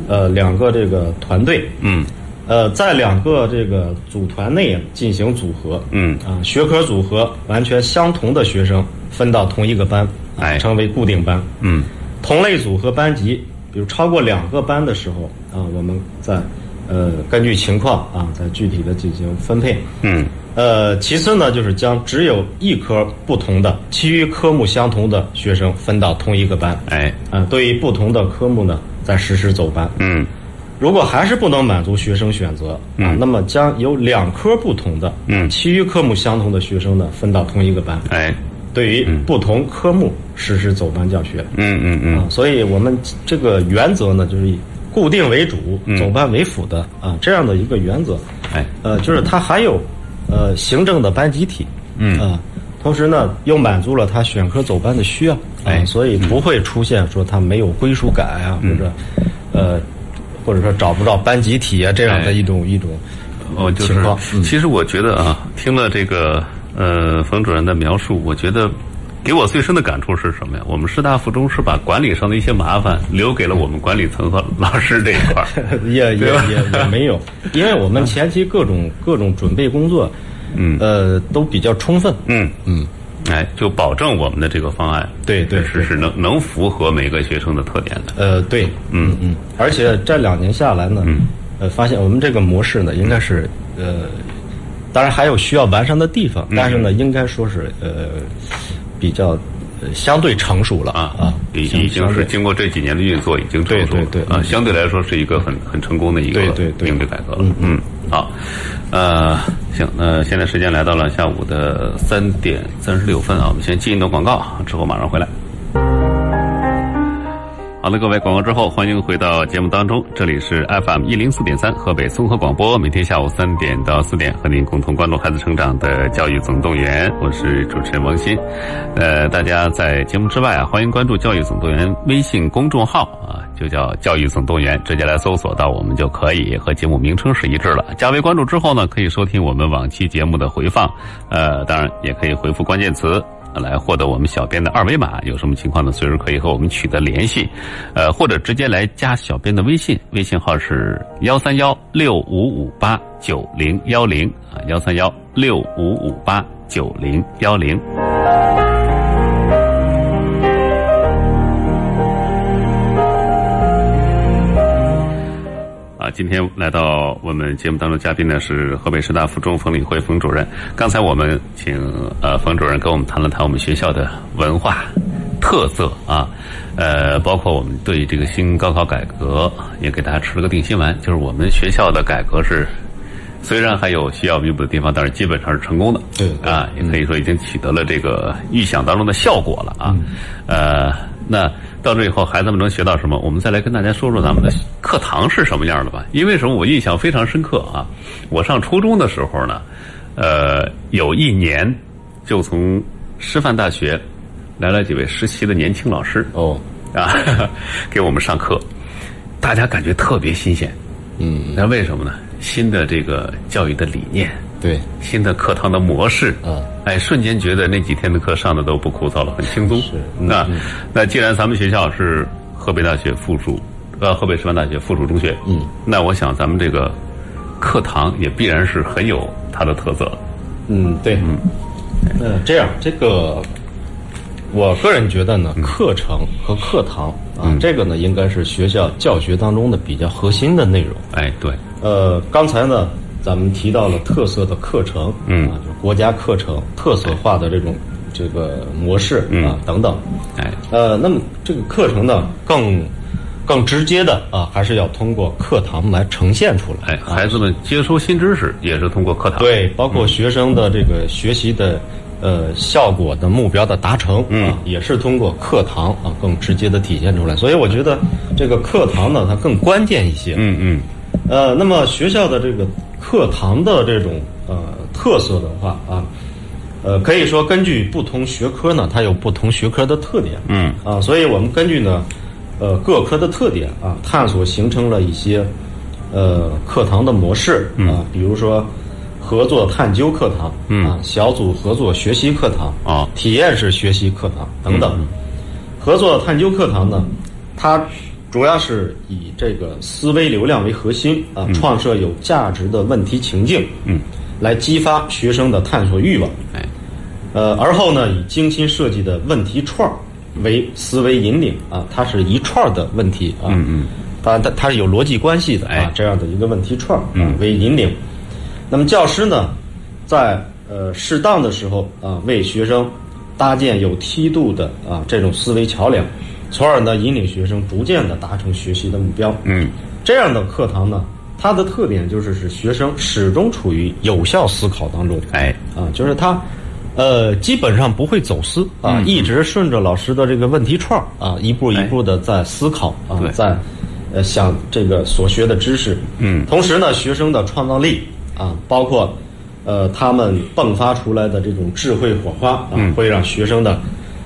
S3: 呃两个这个团队，
S2: 嗯
S3: 呃，在两个这个组团内进行组合，
S2: 嗯
S3: 啊，学科组合完全相同的学生分到同一个班，啊
S2: 哎
S3: 成为固定班，
S2: 嗯。
S3: 同类组合班级，比如超过两个班的时候啊，我们再呃根据情况啊，再具体的进行分配。
S2: 嗯
S3: 呃，其次呢，就是将只有一科不同的，其余科目相同的学生分到同一个班。
S2: 哎，
S3: 啊，对于不同的科目呢，再实施走班。
S2: 嗯
S3: 如果还是不能满足学生选择，啊，那么将有两科不同的，
S2: 嗯
S3: 其余科目相同的学生呢，分到同一个班，
S2: 哎，
S3: 对于不同科目实施走班教学。
S2: 嗯嗯嗯，
S3: 啊，所以我们这个原则呢，就是以固定为主，
S2: 嗯
S3: 走班为辅的啊这样的一个原则。
S2: 哎，
S3: 呃，就是它还有呃行政的班集体，嗯啊，同时呢又满足了他选科走班的需要，啊、
S2: 哎
S3: 所以不会出现说他没有归属感啊，或者
S2: 嗯
S3: 呃或者说找不着班集体啊这样
S2: 哎
S3: 的一种、一种
S2: 哦，就是
S3: 情况，嗯，
S2: 其实我觉得啊，听了这个呃冯主任的描述，我觉得给我最深的感触是什么呀？我们师大附中是把管理上的一些麻烦留给了我们管理层和老师这一 块儿。
S3: 也也
S2: 对吧
S3: 也也没有，因为我们前期各种各种准备工作，嗯呃都比较充分，
S2: 嗯嗯，哎，就保证我们的这个方案，
S3: 对对
S2: 是是能能符合每个学生的特点的。
S3: 呃，对，嗯嗯，而且这两年下来呢，呃，发现我们这个模式呢，应该是呃，当然还有需要完善的地方，但是呢，应该说是呃，比较呃相对成熟了
S2: 啊
S3: 啊，
S2: 已
S3: 相
S2: 已经
S3: 相
S2: 是
S3: 对
S2: 经过这几年的运作，已经成熟了
S3: 对对对嗯
S2: 啊，相对来说是一个很很成功的一个
S3: 对对对
S2: 应对改革了。嗯，好，呃，行，那现在时间来到了下午的三点三十六分啊，我们先进一段广告，之后马上回来。好的，各位，广告之后欢迎回到节目当中，这里是 FM 一零四点三河北综合广播，每天下午三点到四点和您共同关注孩子成长的教育总动员，我是主持人王鑫。呃，大家在节目之外啊，欢迎关注教育总动员微信公众号啊，就叫教育总动员，直接来搜索到我们就可以，和节目名称是一致了。加为关注之后呢，可以收听我们往期节目的回放，呃，当然也可以回复关键词来获得我们小编的二维码。有什么情况呢？随时可以和我们取得联系，呃，或者直接来加小编的微信，微信号是幺三幺六五五八九零幺零啊，幺三幺六五五八九零幺零。啊，啊，今天来到我们节目当中嘉宾呢是河北师大附中冯礼辉冯主任。刚才我们请呃冯主任跟我们谈了谈我们学校的文化特色啊，呃，包括我们对这个新高考改革也给大家吃了个定心丸，就是我们学校的改革是虽然还有需要弥补的地方，但是基本上是成功的。
S3: 对
S2: 啊，也可以说已经取得了这个预想当中的效果了啊。呃，那到这以后，孩子们能学到什么？我们再来跟大家说说咱们的课堂是什么样的吧。因为什么？我印象非常深刻啊。我上初中的时候呢，呃，有一年就从师范大学来了几位实习的年轻老师
S3: 哦，
S2: 啊， 给我们上课，大家感觉特别新鲜。
S3: 嗯，
S2: 那为什么呢？新的这个教育的理念，
S3: 对，
S2: 新的课堂的模式，
S3: 嗯
S2: 哎，瞬间觉得那几天的课上的都不枯燥了，很轻松。
S3: 是嗯
S2: 那那既然咱们学校是河北大学附属，呃，河北师范大学附属中学，
S3: 嗯，
S2: 那我想咱们这个课堂也必然是很有它的特色。
S3: 嗯，对，嗯，这样，这个我个人觉得呢，课程和课堂啊，这个呢应该是学校教学当中的比较核心的内容。
S2: 哎，对，
S3: 呃，刚才呢，咱们提到了特色的课程，
S2: 嗯
S3: 啊，就是国家课程特色化的这种这个模式、啊等等。
S2: 哎，
S3: 呃，那么这个课程呢，更更直接的啊，还是要通过课堂来呈现出来。
S2: 哎，孩子们接收新知识也是通过课堂。
S3: 对，包括学生的这个学习的呃效果的目标的达成，嗯，也是通过课堂啊更直接的体现出来。所以我觉得这个课堂呢，它更关键一些。
S2: 嗯嗯，
S3: 呃，那么学校的这个课堂的这种呃特色的话啊，呃，可以说根据不同学科呢，它有不同学科的特点。
S2: 嗯
S3: 啊，所以我们根据呢，呃，各科的特点啊，探索形成了一些呃课堂的模式
S2: 嗯
S3: 啊，比如说合作探究课堂，嗯啊，小组合作学习课堂
S2: 哦
S3: 体验式学习课堂等等。合作探究课堂呢，它主要是以这个思维流量为核心啊，创设有价值的问题情境，嗯，来激发学生的探索欲望。
S2: 哎，
S3: 呃，而后呢，以精心设计的问题串儿为思维引领啊，它是一串儿的问题啊，嗯嗯，它它它是有逻辑关系的啊
S2: 哎，嗯
S3: 这样的一个问题串儿啊为引领。那么教师呢，在呃适当的时候啊，为学生搭建有梯度的啊这种思维桥梁，从而呢引领学生逐渐的达成学习的目标。
S2: 嗯，
S3: 这样的课堂呢，它的特点就是使学生始终处于有效思考当中。
S2: 哎，
S3: 啊，就是他，呃，基本上不会走私啊，
S2: 嗯
S3: 一直顺着老师的这个问题串儿啊，一步一步的在思考、
S2: 哎对
S3: 啊，在呃想这个所学的知识。
S2: 嗯
S3: 同时呢，学生的创造力啊，包括呃他们迸发出来的这种智慧火花啊，
S2: 嗯
S3: 会让学生的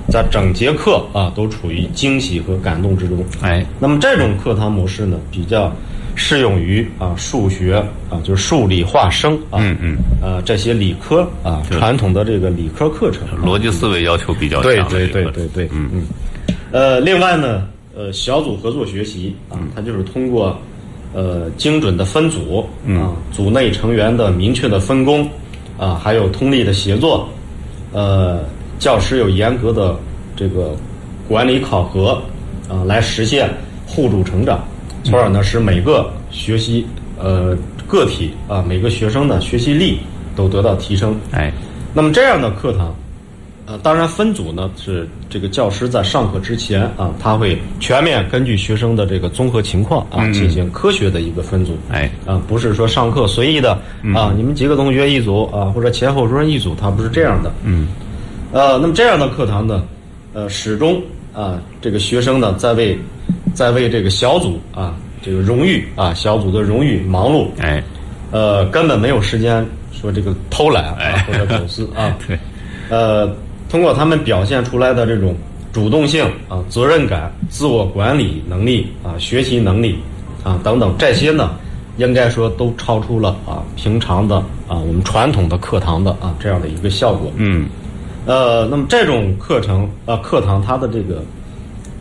S3: 在整节课啊都处于惊喜和感动之中。
S2: 哎，
S3: 那么这种课堂模式呢，比较适用于啊数学啊，就是数理化生啊，
S2: 嗯嗯，
S3: 呃这些理科啊
S2: 对
S3: 传统的这个理科课程。
S2: 逻辑思维要求比较
S3: 对
S2: 强的
S3: 对
S2: 这
S3: 对
S2: 个
S3: 对对，嗯嗯。呃，另外呢，呃，小组合作学习啊，
S2: 嗯
S3: 它就是通过呃精准的分组
S2: 嗯
S3: 啊，组内成员的明确的分工啊，还有通力的协作，呃，教师有严格的这个管理考核啊，来实现互助成长，
S2: 嗯
S3: 从而呢使每个学习呃个体啊，每个学生的学习力都得到提升。
S2: 哎，
S3: 那么这样的课堂，呃，当然分组呢是这个教师在上课之前啊，他会全面根据学生的这个综合情况啊，进行科学的一个分组。
S2: 哎
S3: 啊，不是说上课随意的啊，你们几个同学一组啊，或者前后桌一组，他不是这样的。嗯，呃，那么这样的课堂呢，呃，始终啊，这个学生呢在为在为这个小组啊这个荣誉啊小组的荣誉忙碌。
S2: 哎，
S3: 呃，根本没有时间说这个偷懒啊、
S2: 哎
S3: 或者走私啊
S2: 。对，
S3: 呃，通过他们表现出来的这种主动性啊、责任感、自我管理能力啊、学习能力啊等等这些呢，应该说都超出了啊平常的啊我们传统的课堂的啊这样的一个效果。
S2: 嗯，
S3: 呃，那么这种课程啊，课堂它的这个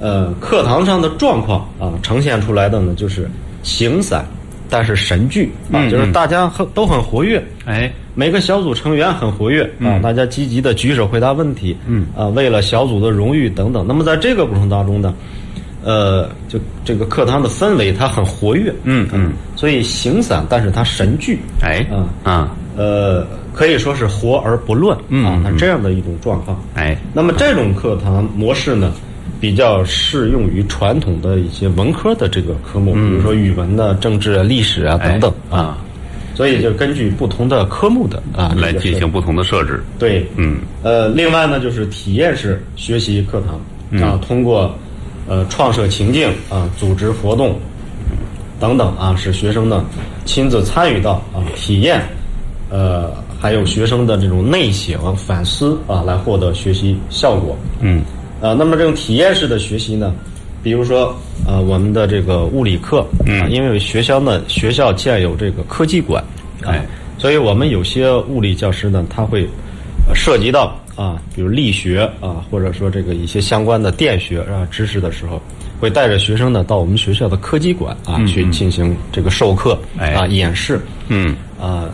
S3: 呃课堂上的状况啊、呈现出来的呢就是形散，但是神聚啊，
S2: 嗯
S3: 就是
S2: 嗯
S3: 大家很都很活跃。
S2: 哎，
S3: 每个小组成员很活跃啊，大家积极
S2: 嗯
S3: 的举手回答问题，嗯，啊，为了小组的荣誉等等。那么在这个过程当中呢，呃，就这个课堂的氛围它很活跃，啊
S2: 嗯嗯，
S3: 所以形散，但是它神聚，
S2: 哎
S3: 啊，
S2: 啊
S3: 呃，可以说是活而不乱，
S2: 嗯
S3: 啊，它
S2: 嗯
S3: 这样的一种状况。
S2: 哎
S3: 那么这种课堂模式呢，比较适用于传统的一些文科的这个科目，比如说语文呢、政治啊、历史啊等等、
S2: 嗯哎
S3: 啊。所以就根据不同的科目的啊
S2: 来
S3: 这个
S2: 进行不同的设置。
S3: 对，
S2: 嗯，
S3: 呃，另外呢就是体验式学习课堂啊，通过呃创设情境啊、组织活动等等啊，使学生呢亲自参与到啊体验，呃，还有学生的这种内省反思啊，来获得学习效果。
S2: 嗯，
S3: 呃，那么这种体验式的学习呢，比如说呃我们的这个物理课，
S2: 嗯
S3: 啊，因为学校呢学校建有这个科技馆，啊
S2: 哎
S3: 所以我们有些物理教师呢，他会呃涉及到啊，比如力学啊，或者说这个一些相关的电学啊知识的时候，会带着学生呢到我们学校的科技馆啊、去进行这个授课、
S2: 嗯哎
S3: 啊演示，
S2: 嗯
S3: 啊，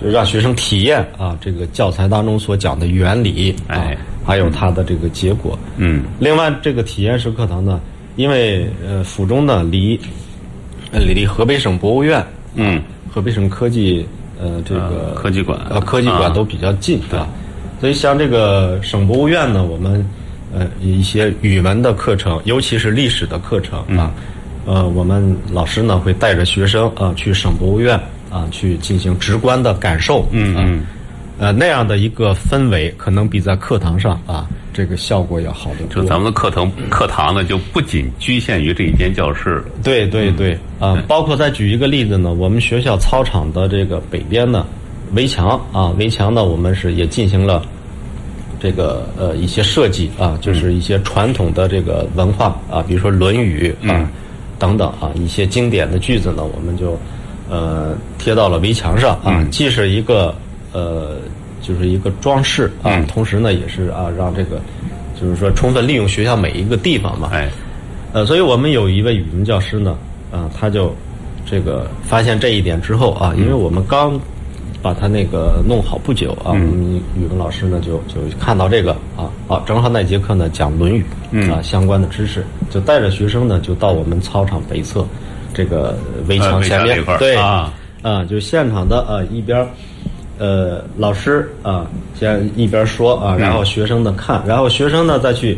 S3: 就让学生体验啊这个教材当中所讲的原理啊，
S2: 哎
S3: 还有它的这个结果。
S2: 嗯，
S3: 另外，这个体验式课堂呢，因为呃府中呢离呃离河北省博物院，
S2: 嗯，
S3: 河北省科技呃这个、
S2: 呃科技馆
S3: 呃科技
S2: 啊
S3: 馆都比较近啊，所以像这个省博物院呢，我们呃一些语文的课程，尤其是历史的课程啊，
S2: 嗯
S3: 呃我们老师呢会带着学生啊去省博物院啊去进行直观的感受，嗯嗯。呃，那样的一个氛围，可能比在课堂上啊，这个效果要好得多。
S2: 就咱们的课堂课堂呢，就不仅局限于这一间教室。
S3: 对对对，啊、包括再举一个例子呢，我们学校操场的这个北边呢，围墙啊，围墙呢，我们是也进行了这个呃一些设计啊，就是一些传统的这个文化啊，比如说《论语》啊、等等啊，一些经典的句子呢，我们就呃贴到了围墙上啊，既是一个呃就是一个装饰啊，
S2: 嗯
S3: 同时呢也是啊让这个就是说充分利用学校每一个地方嘛，
S2: 哎，
S3: 呃，所以我们有一位语文教师呢，啊、他就这个发现这一点之后
S2: 嗯
S3: 啊，因为我们刚把他那个弄好不久啊，
S2: 嗯
S3: 我们语文老师呢就就看到这个啊啊，正好那节课呢讲《论语》
S2: 嗯
S3: 啊相关的知识，就带着学生呢就到我们操场北侧这个围
S2: 呃
S3: 墙
S2: 围
S3: 前
S2: 墙
S3: 面、
S2: 那块儿
S3: 对
S2: 啊
S3: 啊，就现场的啊一边儿，呃，老师啊先一边儿说
S2: 嗯
S3: 啊，然后学生呢看，然后学生呢再去，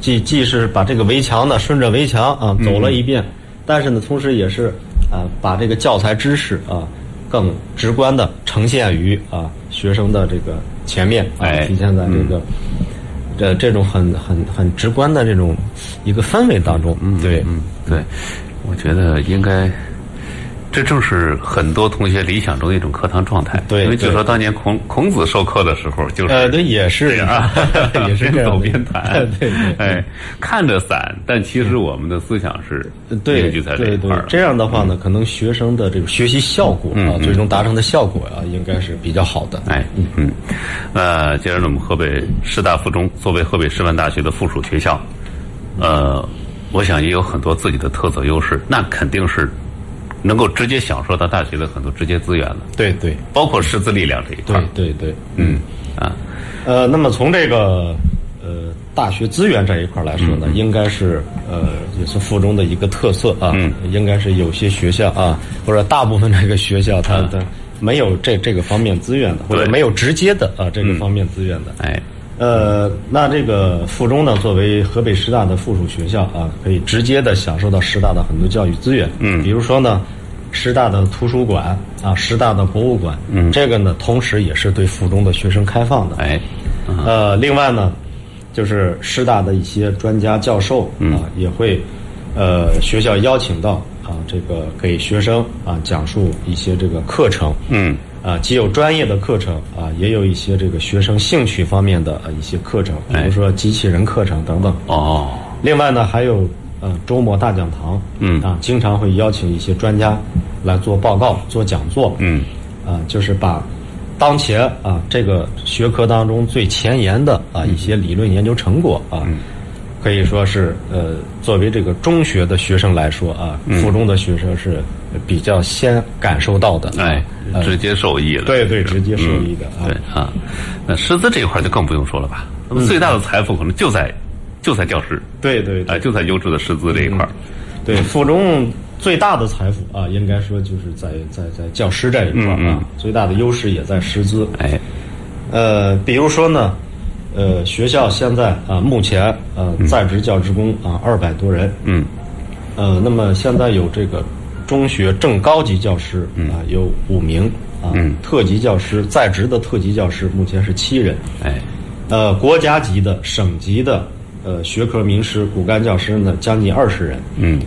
S3: 既既是把这个围墙呢顺着围墙啊
S2: 嗯
S3: 走了一遍，但是呢，同时也是啊把这个教材知识啊更直观的呈现于啊学生的这个前面啊
S2: 哎，嗯
S3: 体现在这个。这这种很很很直观的这种一个氛围当中，对，
S2: 嗯，对，我觉得应该，这正是很多同学理想中的一种课堂状态。
S3: 对
S2: 因为据
S3: 对
S2: 说当年孔孔子授课的时候，就是
S3: 呃，对，也是，
S2: 这样嗯啊
S3: 也是这
S2: 边
S3: 样
S2: 走
S3: 的
S2: 边谈
S3: ，对对对
S2: 哎，看着散，但其实我们的思想是
S3: 对
S2: 凝聚在这
S3: 对
S2: 一
S3: 对
S2: 块儿，。嗯
S3: 这样的话呢，可能学生的这个学习效果啊，最终达成的效果啊，应该是比较好的。
S2: 哎，嗯，呃，接着呢，我们河北师大附中作为河北师范大学的附属学校，呃，我想也有很多自己的特色优势，那肯定是能够直接享受到大学的很多直接资源了，
S3: 对对
S2: 包括师资力量这一块
S3: 对
S2: 儿。
S3: 对对，
S2: 嗯啊，
S3: 呃，那么从这个呃大学资源这一块来说
S2: 嗯
S3: 呢，应该是呃也是附中的一个特色啊，
S2: 嗯
S3: 应该是有些学校啊，或者大部分这个学校它的没有这这个方面资源的，或者
S2: 嗯对嗯
S3: 没有直接的啊这个方面资源的。
S2: 哎，
S3: 呃，那这个附中呢，作为河北师大的附属学校啊，可以直接的享受到师大的很多教育资源。
S2: 嗯
S3: 比如说呢，师大的图书馆啊，师大的博物馆，嗯，这个呢，同时也是对附中的学生开放的。
S2: 哎，
S3: 呃，另外呢，就是师大的一些专家教授啊，
S2: 嗯
S3: 也会呃学校邀请到啊，这个给学生啊讲述一些这个课程。
S2: 嗯，
S3: 啊，既有专业的课程啊，也有一些这个学生兴趣方面的、啊、一些课程，比
S2: 哎
S3: 如说机器人课程等等。
S2: 哦，
S3: 另外呢，还有呃周末大讲堂，
S2: 嗯
S3: 啊，经常会邀请一些专家来做报告、做讲座，
S2: 嗯，
S3: 啊，就是把当前啊这个学科当中最前沿的啊一些理论研究成果啊。可以说是呃，作为这个中学的学生来说啊，附中的学生是比较先感受到的。
S2: 哎，
S3: 呃
S2: 直接受益了。
S3: 对对，直接受益的啊。嗯
S2: 对啊，那师资这一块就更不用说了吧。那么最大的财富可能就在就在教师，
S3: 对哎嗯对
S2: 啊、
S3: 对
S2: 就在优质的师资这一块儿。
S3: 对，附中最大的财富啊，应该说就是在在在教师这一块儿啊，
S2: 嗯嗯
S3: 最大的优势也在师资。
S2: 哎，
S3: 呃，比如说呢，呃，学校现在啊，目前呃在职教职工啊二百多人，
S2: 嗯，
S3: 呃，那么现在有这个中学正高级教师啊有五名啊，特级教师在职的特级教师目前是七人，
S2: 哎，
S3: 呃，国家级的、省级的呃学科名师、骨干教师呢将近二十人，
S2: 嗯，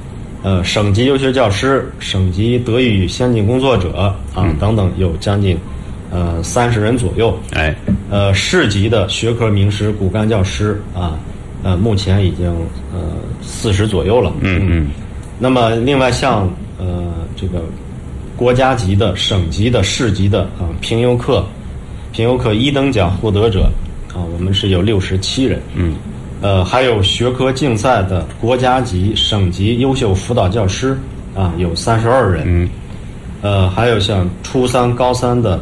S3: 呃，省级优秀教师、省级德育先进工作者啊、等等，有将近呃三十人左右。
S2: 哎，
S3: 呃，市级的学科名师、骨干教师啊，呃，目前已经呃四十左右了。
S2: 嗯嗯，
S3: 那么另外像呃这个国家级的、省级的、市级的啊、评优课、评优课一等奖获得者啊、我们是有六十七人。嗯。呃，还有学科竞赛的国家级、省级优秀辅导教师啊、有三十二人。嗯。呃，还有像初三、高三的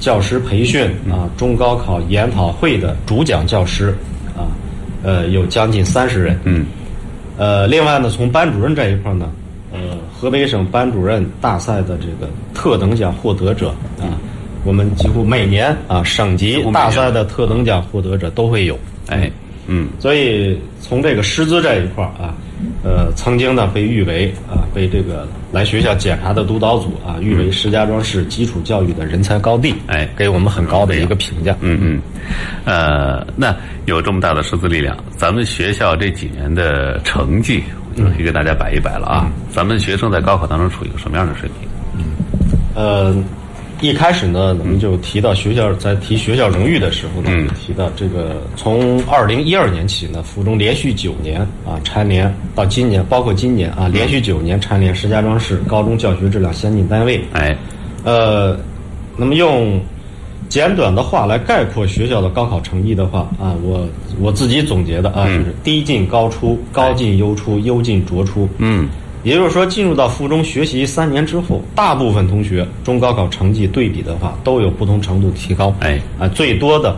S3: 教师培训
S2: 嗯
S3: 啊、中高考研讨会的主讲教师啊，呃，有将近三十人。嗯。呃，另外呢，从班主任这一块儿呢，呃，河北省班主任大赛的这个特等奖获得者啊，我们几乎每年啊，省级
S2: 嗯乎每
S3: 大
S2: 年
S3: 赛的特等奖获得者都会有。
S2: 哎，嗯，
S3: 所以从这个师资这一块儿啊，呃，曾经呢被誉为啊，被这个来学校检查的督导组啊，誉为石家庄市基础教育的人才高地，
S2: 哎
S3: 给我们很高的一个评价。
S2: 嗯嗯，呃，那有这么大的师资力量，咱们学校这几年的成绩，我就可以给大家摆一摆了啊。咱们学生在高考当中处于一个什么样的水平？
S3: 呃，一开始呢，我们就提到学校在提学校荣誉的时候呢，就提到这个从二零一二年起呢，附中连续九年啊蝉联到今年，包括今年啊，连续九年蝉联石家庄市高中教学质量先进单位。
S2: 哎，
S3: 呃，那么用简短的话来概括学校的高考成绩的话啊，我我自己总结的啊，
S2: 嗯
S3: 就是低进高出，高进优出，优进卓出。
S2: 嗯，
S3: 也就是说，进入到附中学习三年之后，大部分同学中高考成绩对比的话，都有不同程度提高。
S2: 哎
S3: 啊，最多的，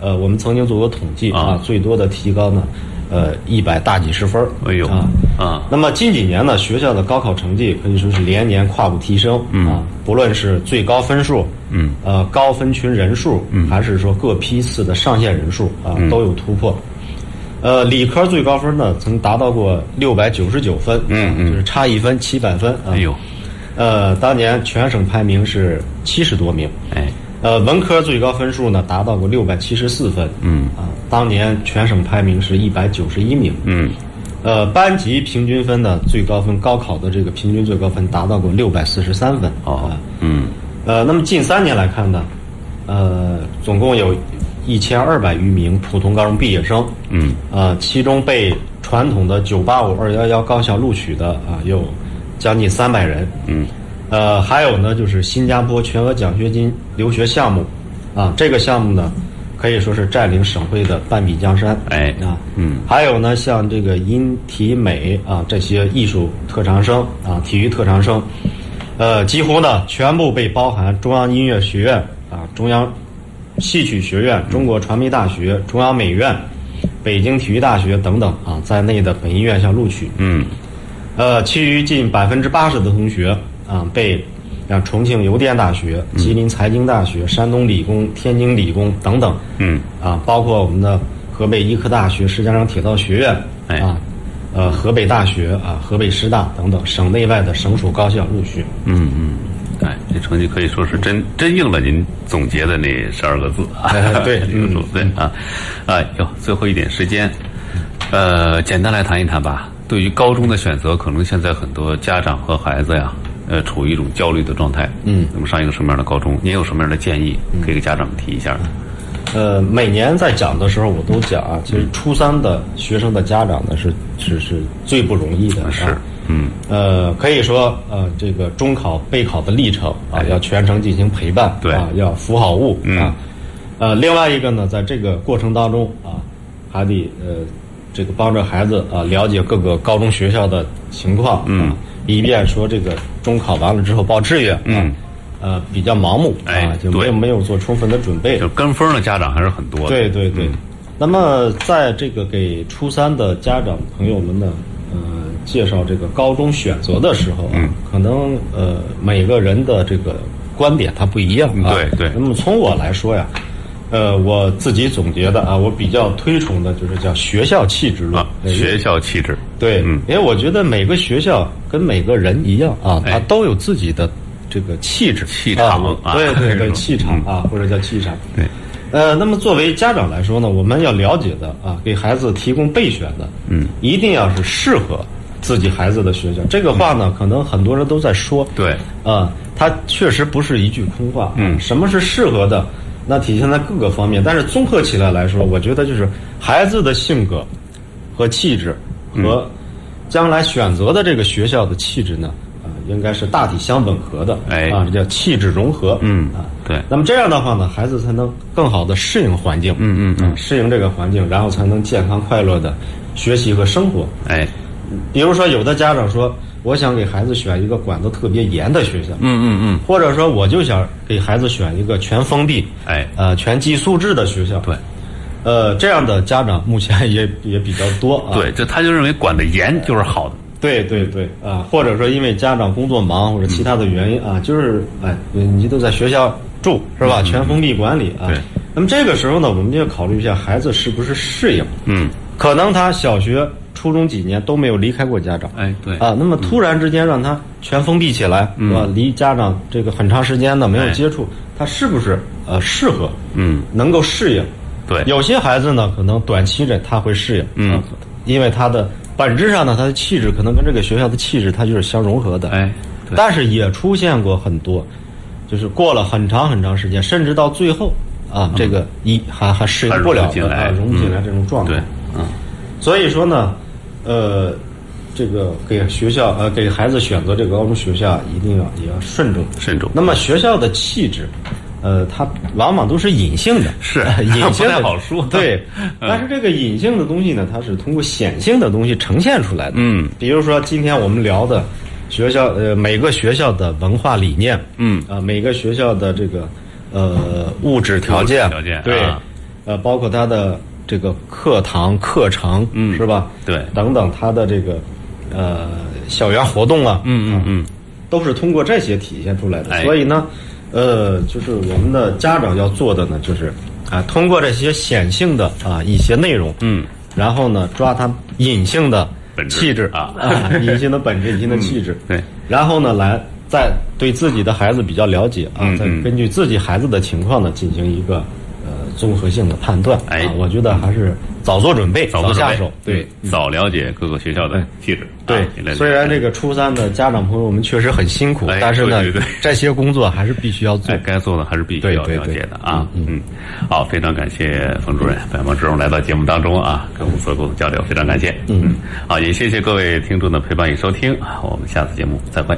S3: 呃，我们曾经做过统计
S2: 啊
S3: 啊，最多的提高呢，呃，一百大几十分儿。
S2: 哎呦，
S3: 啊，
S2: 啊，
S3: 那么近几年呢，学校的高考成绩可以说是连年跨步提升、啊，不论是最高分数，嗯，呃，高分群人数，嗯，还是说各批次的上限人数啊，都有突破。呃，理科最高分呢，曾达到过六百九十九分，嗯嗯，就是差一分七百分啊。
S2: 哎呦，
S3: 呃，当年全省排名是七十多名，
S2: 哎，
S3: 呃，文科最高分数呢达到过六百七十四分，嗯啊，当年全省排名是一百九十一名，
S2: 嗯，
S3: 呃，班级平均分呢最高分，高考的这个平均最高分达到过六百四十三分，
S2: 哦
S3: 啊，
S2: 嗯，
S3: 呃，那么近三年来看呢，呃，总共有一千二百余名普通高中毕业生，
S2: 嗯，
S3: 呃，其中被传统的九八五、二幺幺高校录取的啊、有将近三百人，嗯，呃，还有呢，就是新加坡全额奖学金留学项目，啊、这个项目呢，可以说是占领省会的半壁江山，
S2: 哎
S3: 啊，
S2: 嗯，
S3: 还有呢，像这个音体美啊这些艺术特长生啊，体育特长生，呃，几乎呢全部被包含中央音乐学院啊、中央戏曲学院、
S2: 嗯
S3: 中国传媒大学、中央美院、北京体育大学等等啊在内的本一院校录取。
S2: 嗯，
S3: 呃，其余近百分之八十的同学啊被像重庆邮电大学、
S2: 嗯
S3: 吉林财经大学、山东理工、天津理工等等，
S2: 嗯，
S3: 啊，包括我们的河北医科大学、石家庄铁道学院，
S2: 哎
S3: 啊，呃，河北大学啊、河北师大等等省内外的省属高校录取。
S2: 嗯嗯，哎，这成绩可以说是真真应了您总结的那十二个字啊。
S3: 哎对
S2: 这个数字啊，啊哟，最后一点时间，呃，简单来谈一谈吧。对于高中的选择，可能现在很多家长和孩子呀，呃，处于一种焦虑的状态。嗯，那么上一个什么样的高中？您有什么样的建议
S3: 嗯
S2: 可以给家长们提一下？
S3: 呃，每年在讲的时候，我都讲啊，其实初三的学生的家长呢是是是最不容易的、啊，
S2: 是，嗯，
S3: 呃，可以说呃，这个中考备考的历程啊，要全程进行陪伴，
S2: 哎对
S3: 啊，要扶好物、
S2: 嗯
S3: 啊，呃，另外一个呢，在这个过程当中啊，还得呃，这个帮着孩子啊了解各个高中学校的情况，嗯、啊，以便说这个中考完了之后报志愿，
S2: 嗯。
S3: 呃，比较盲目
S2: 哎
S3: 啊，就没
S2: 对
S3: 有没有做充分的准备，
S2: 就跟风的家长还是很多的。嗯
S3: 对对对，那么，在这个给初三的家长朋友们呢，呃，介绍这个高中选择的时候啊，
S2: 嗯
S3: 可能呃每个人的这个观点它不一样啊。
S2: 对对
S3: 那么从我来说呀，呃，我自己总结的啊，我比较推崇的就是叫学校气质论
S2: 啊，。
S3: 呃
S2: 学校气质，
S3: 对，
S2: 嗯
S3: 因为我觉得每个学校跟每个人一样啊，
S2: 哎
S3: 它都有自己的这个气质、
S2: 气场
S3: 啊
S2: 啊
S3: 对对
S2: 这
S3: 对，
S2: 种
S3: 气场啊，或者叫气场。
S2: 对，
S3: 呃，那么作为家长来说呢，我们要了解的啊，给孩子提供备选的，嗯，一定要是适合自己孩子的学校。这个话呢，可能很多人都在说，
S2: 对
S3: 啊，它确实不是一句空话。啊
S2: 嗯
S3: 什么是适合的？那体现在各个方面，但是综合起来来说，我觉得就是孩子的性格和气质和将来选择的这个学校的气质呢，啊、应该是大体相吻合的。
S2: 哎
S3: 啊，叫气质融合。
S2: 嗯
S3: 啊，
S2: 对
S3: 那么这样的话呢，孩子才能更好的适应环境。嗯嗯嗯，适应这个环境，然后才能健康快乐的学习和生活。
S2: 哎，
S3: 比如说，有的家长说，我想给孩子选一个管得特别严的学校，
S2: 嗯嗯嗯，
S3: 或者说我就想给孩子选一个全封闭，
S2: 哎
S3: 呃，全寄宿制的学校。
S2: 对，
S3: 呃，这样的家长目前也也比较多啊。
S2: 对，这他就认为管得严就是好的，
S3: 对对对啊，或者说因为家长工作忙或者其他的原
S2: 嗯
S3: 因啊，就是哎，你都在学校住是吧？全封闭管理啊
S2: 对。
S3: 那么这个时候呢，我们就要考虑一下孩子是不是适应。
S2: 嗯，
S3: 可能他小学、初中几年都没有离开过家长。
S2: 哎对
S3: 啊，那么突然之间让他全封闭起来，是吧？离家长这个很长时间的没有
S2: 嗯哎
S3: 接触，他是不是呃适合？
S2: 嗯，
S3: 能够适应。
S2: 对
S3: 有些孩子呢，可能短期的他会适应，
S2: 嗯
S3: 啊，因为他的本质上呢，他的气质可能跟这个学校的气质它就是相融合的，
S2: 哎对
S3: 但是也出现过很多，就是过了很长很长时间，甚至到最后啊，这个一还还适
S2: 嗯还
S3: 应
S2: 融
S3: 不了
S2: 不进
S3: 的
S2: 来
S3: 啊，融不进来
S2: 嗯
S3: 这种状态。
S2: 对，嗯，
S3: 所以说呢，呃，这个给学校呃给孩子选择这个高中学校，一定要也要慎重。
S2: 慎重
S3: 那么学校的气质，呃，它往往都是隐性的，
S2: 是
S3: 隐性
S2: 不太
S3: 的
S2: 好说
S3: 对，
S2: 嗯
S3: 但是这个隐性的东西呢，它是通过显性的东西呈现出来的。
S2: 嗯，
S3: 比如说今天我们聊的学校，呃，每个学校的文化理念，
S2: 嗯
S3: 啊、每个学校的这个呃物质条件，
S2: 条件
S3: 对。
S2: 啊
S3: 呃，包括它的这个课堂、课程，
S2: 嗯
S3: 是吧？
S2: 对
S3: 等等，它的这个呃校园活动啊，
S2: 嗯嗯嗯，
S3: 都是通过这些体现出来的。
S2: 哎
S3: 所以呢，呃，就是我们的家长要做的呢，就是啊，通过这些显性的啊一些内容，
S2: 嗯，
S3: 然后呢，抓它隐性的
S2: 本质
S3: 气质
S2: 啊嗯
S3: 隐性的本质、隐性的气质，
S2: 对，
S3: 然后呢，来再对自己的孩子比较了解啊，
S2: 嗯
S3: 再
S2: 嗯
S3: 根据自己孩子的情况呢，进行一个呃综合性的判断。
S2: 哎
S3: 啊，我觉得还是早做准备，
S2: 早做
S3: 早
S2: 准
S3: 下
S2: 备
S3: 手，对。
S2: 嗯早了解各个学校的气质，
S3: 对
S2: 啊你来，
S3: 虽然这个初三的家长朋友们确实很辛苦，
S2: 哎
S3: 但是呢，
S2: 对对对
S3: 这些工作还是必须要做
S2: 哎，。该做的还是必须要
S3: 对对
S2: 了
S3: 对
S2: 解的啊。嗯，好，非常感谢冯主任、百忙之中来到节目当中啊，跟我们做沟嗯啊通交流，非常感谢。嗯，好，也谢谢各位听众的陪伴与收听，我们下次节目再会。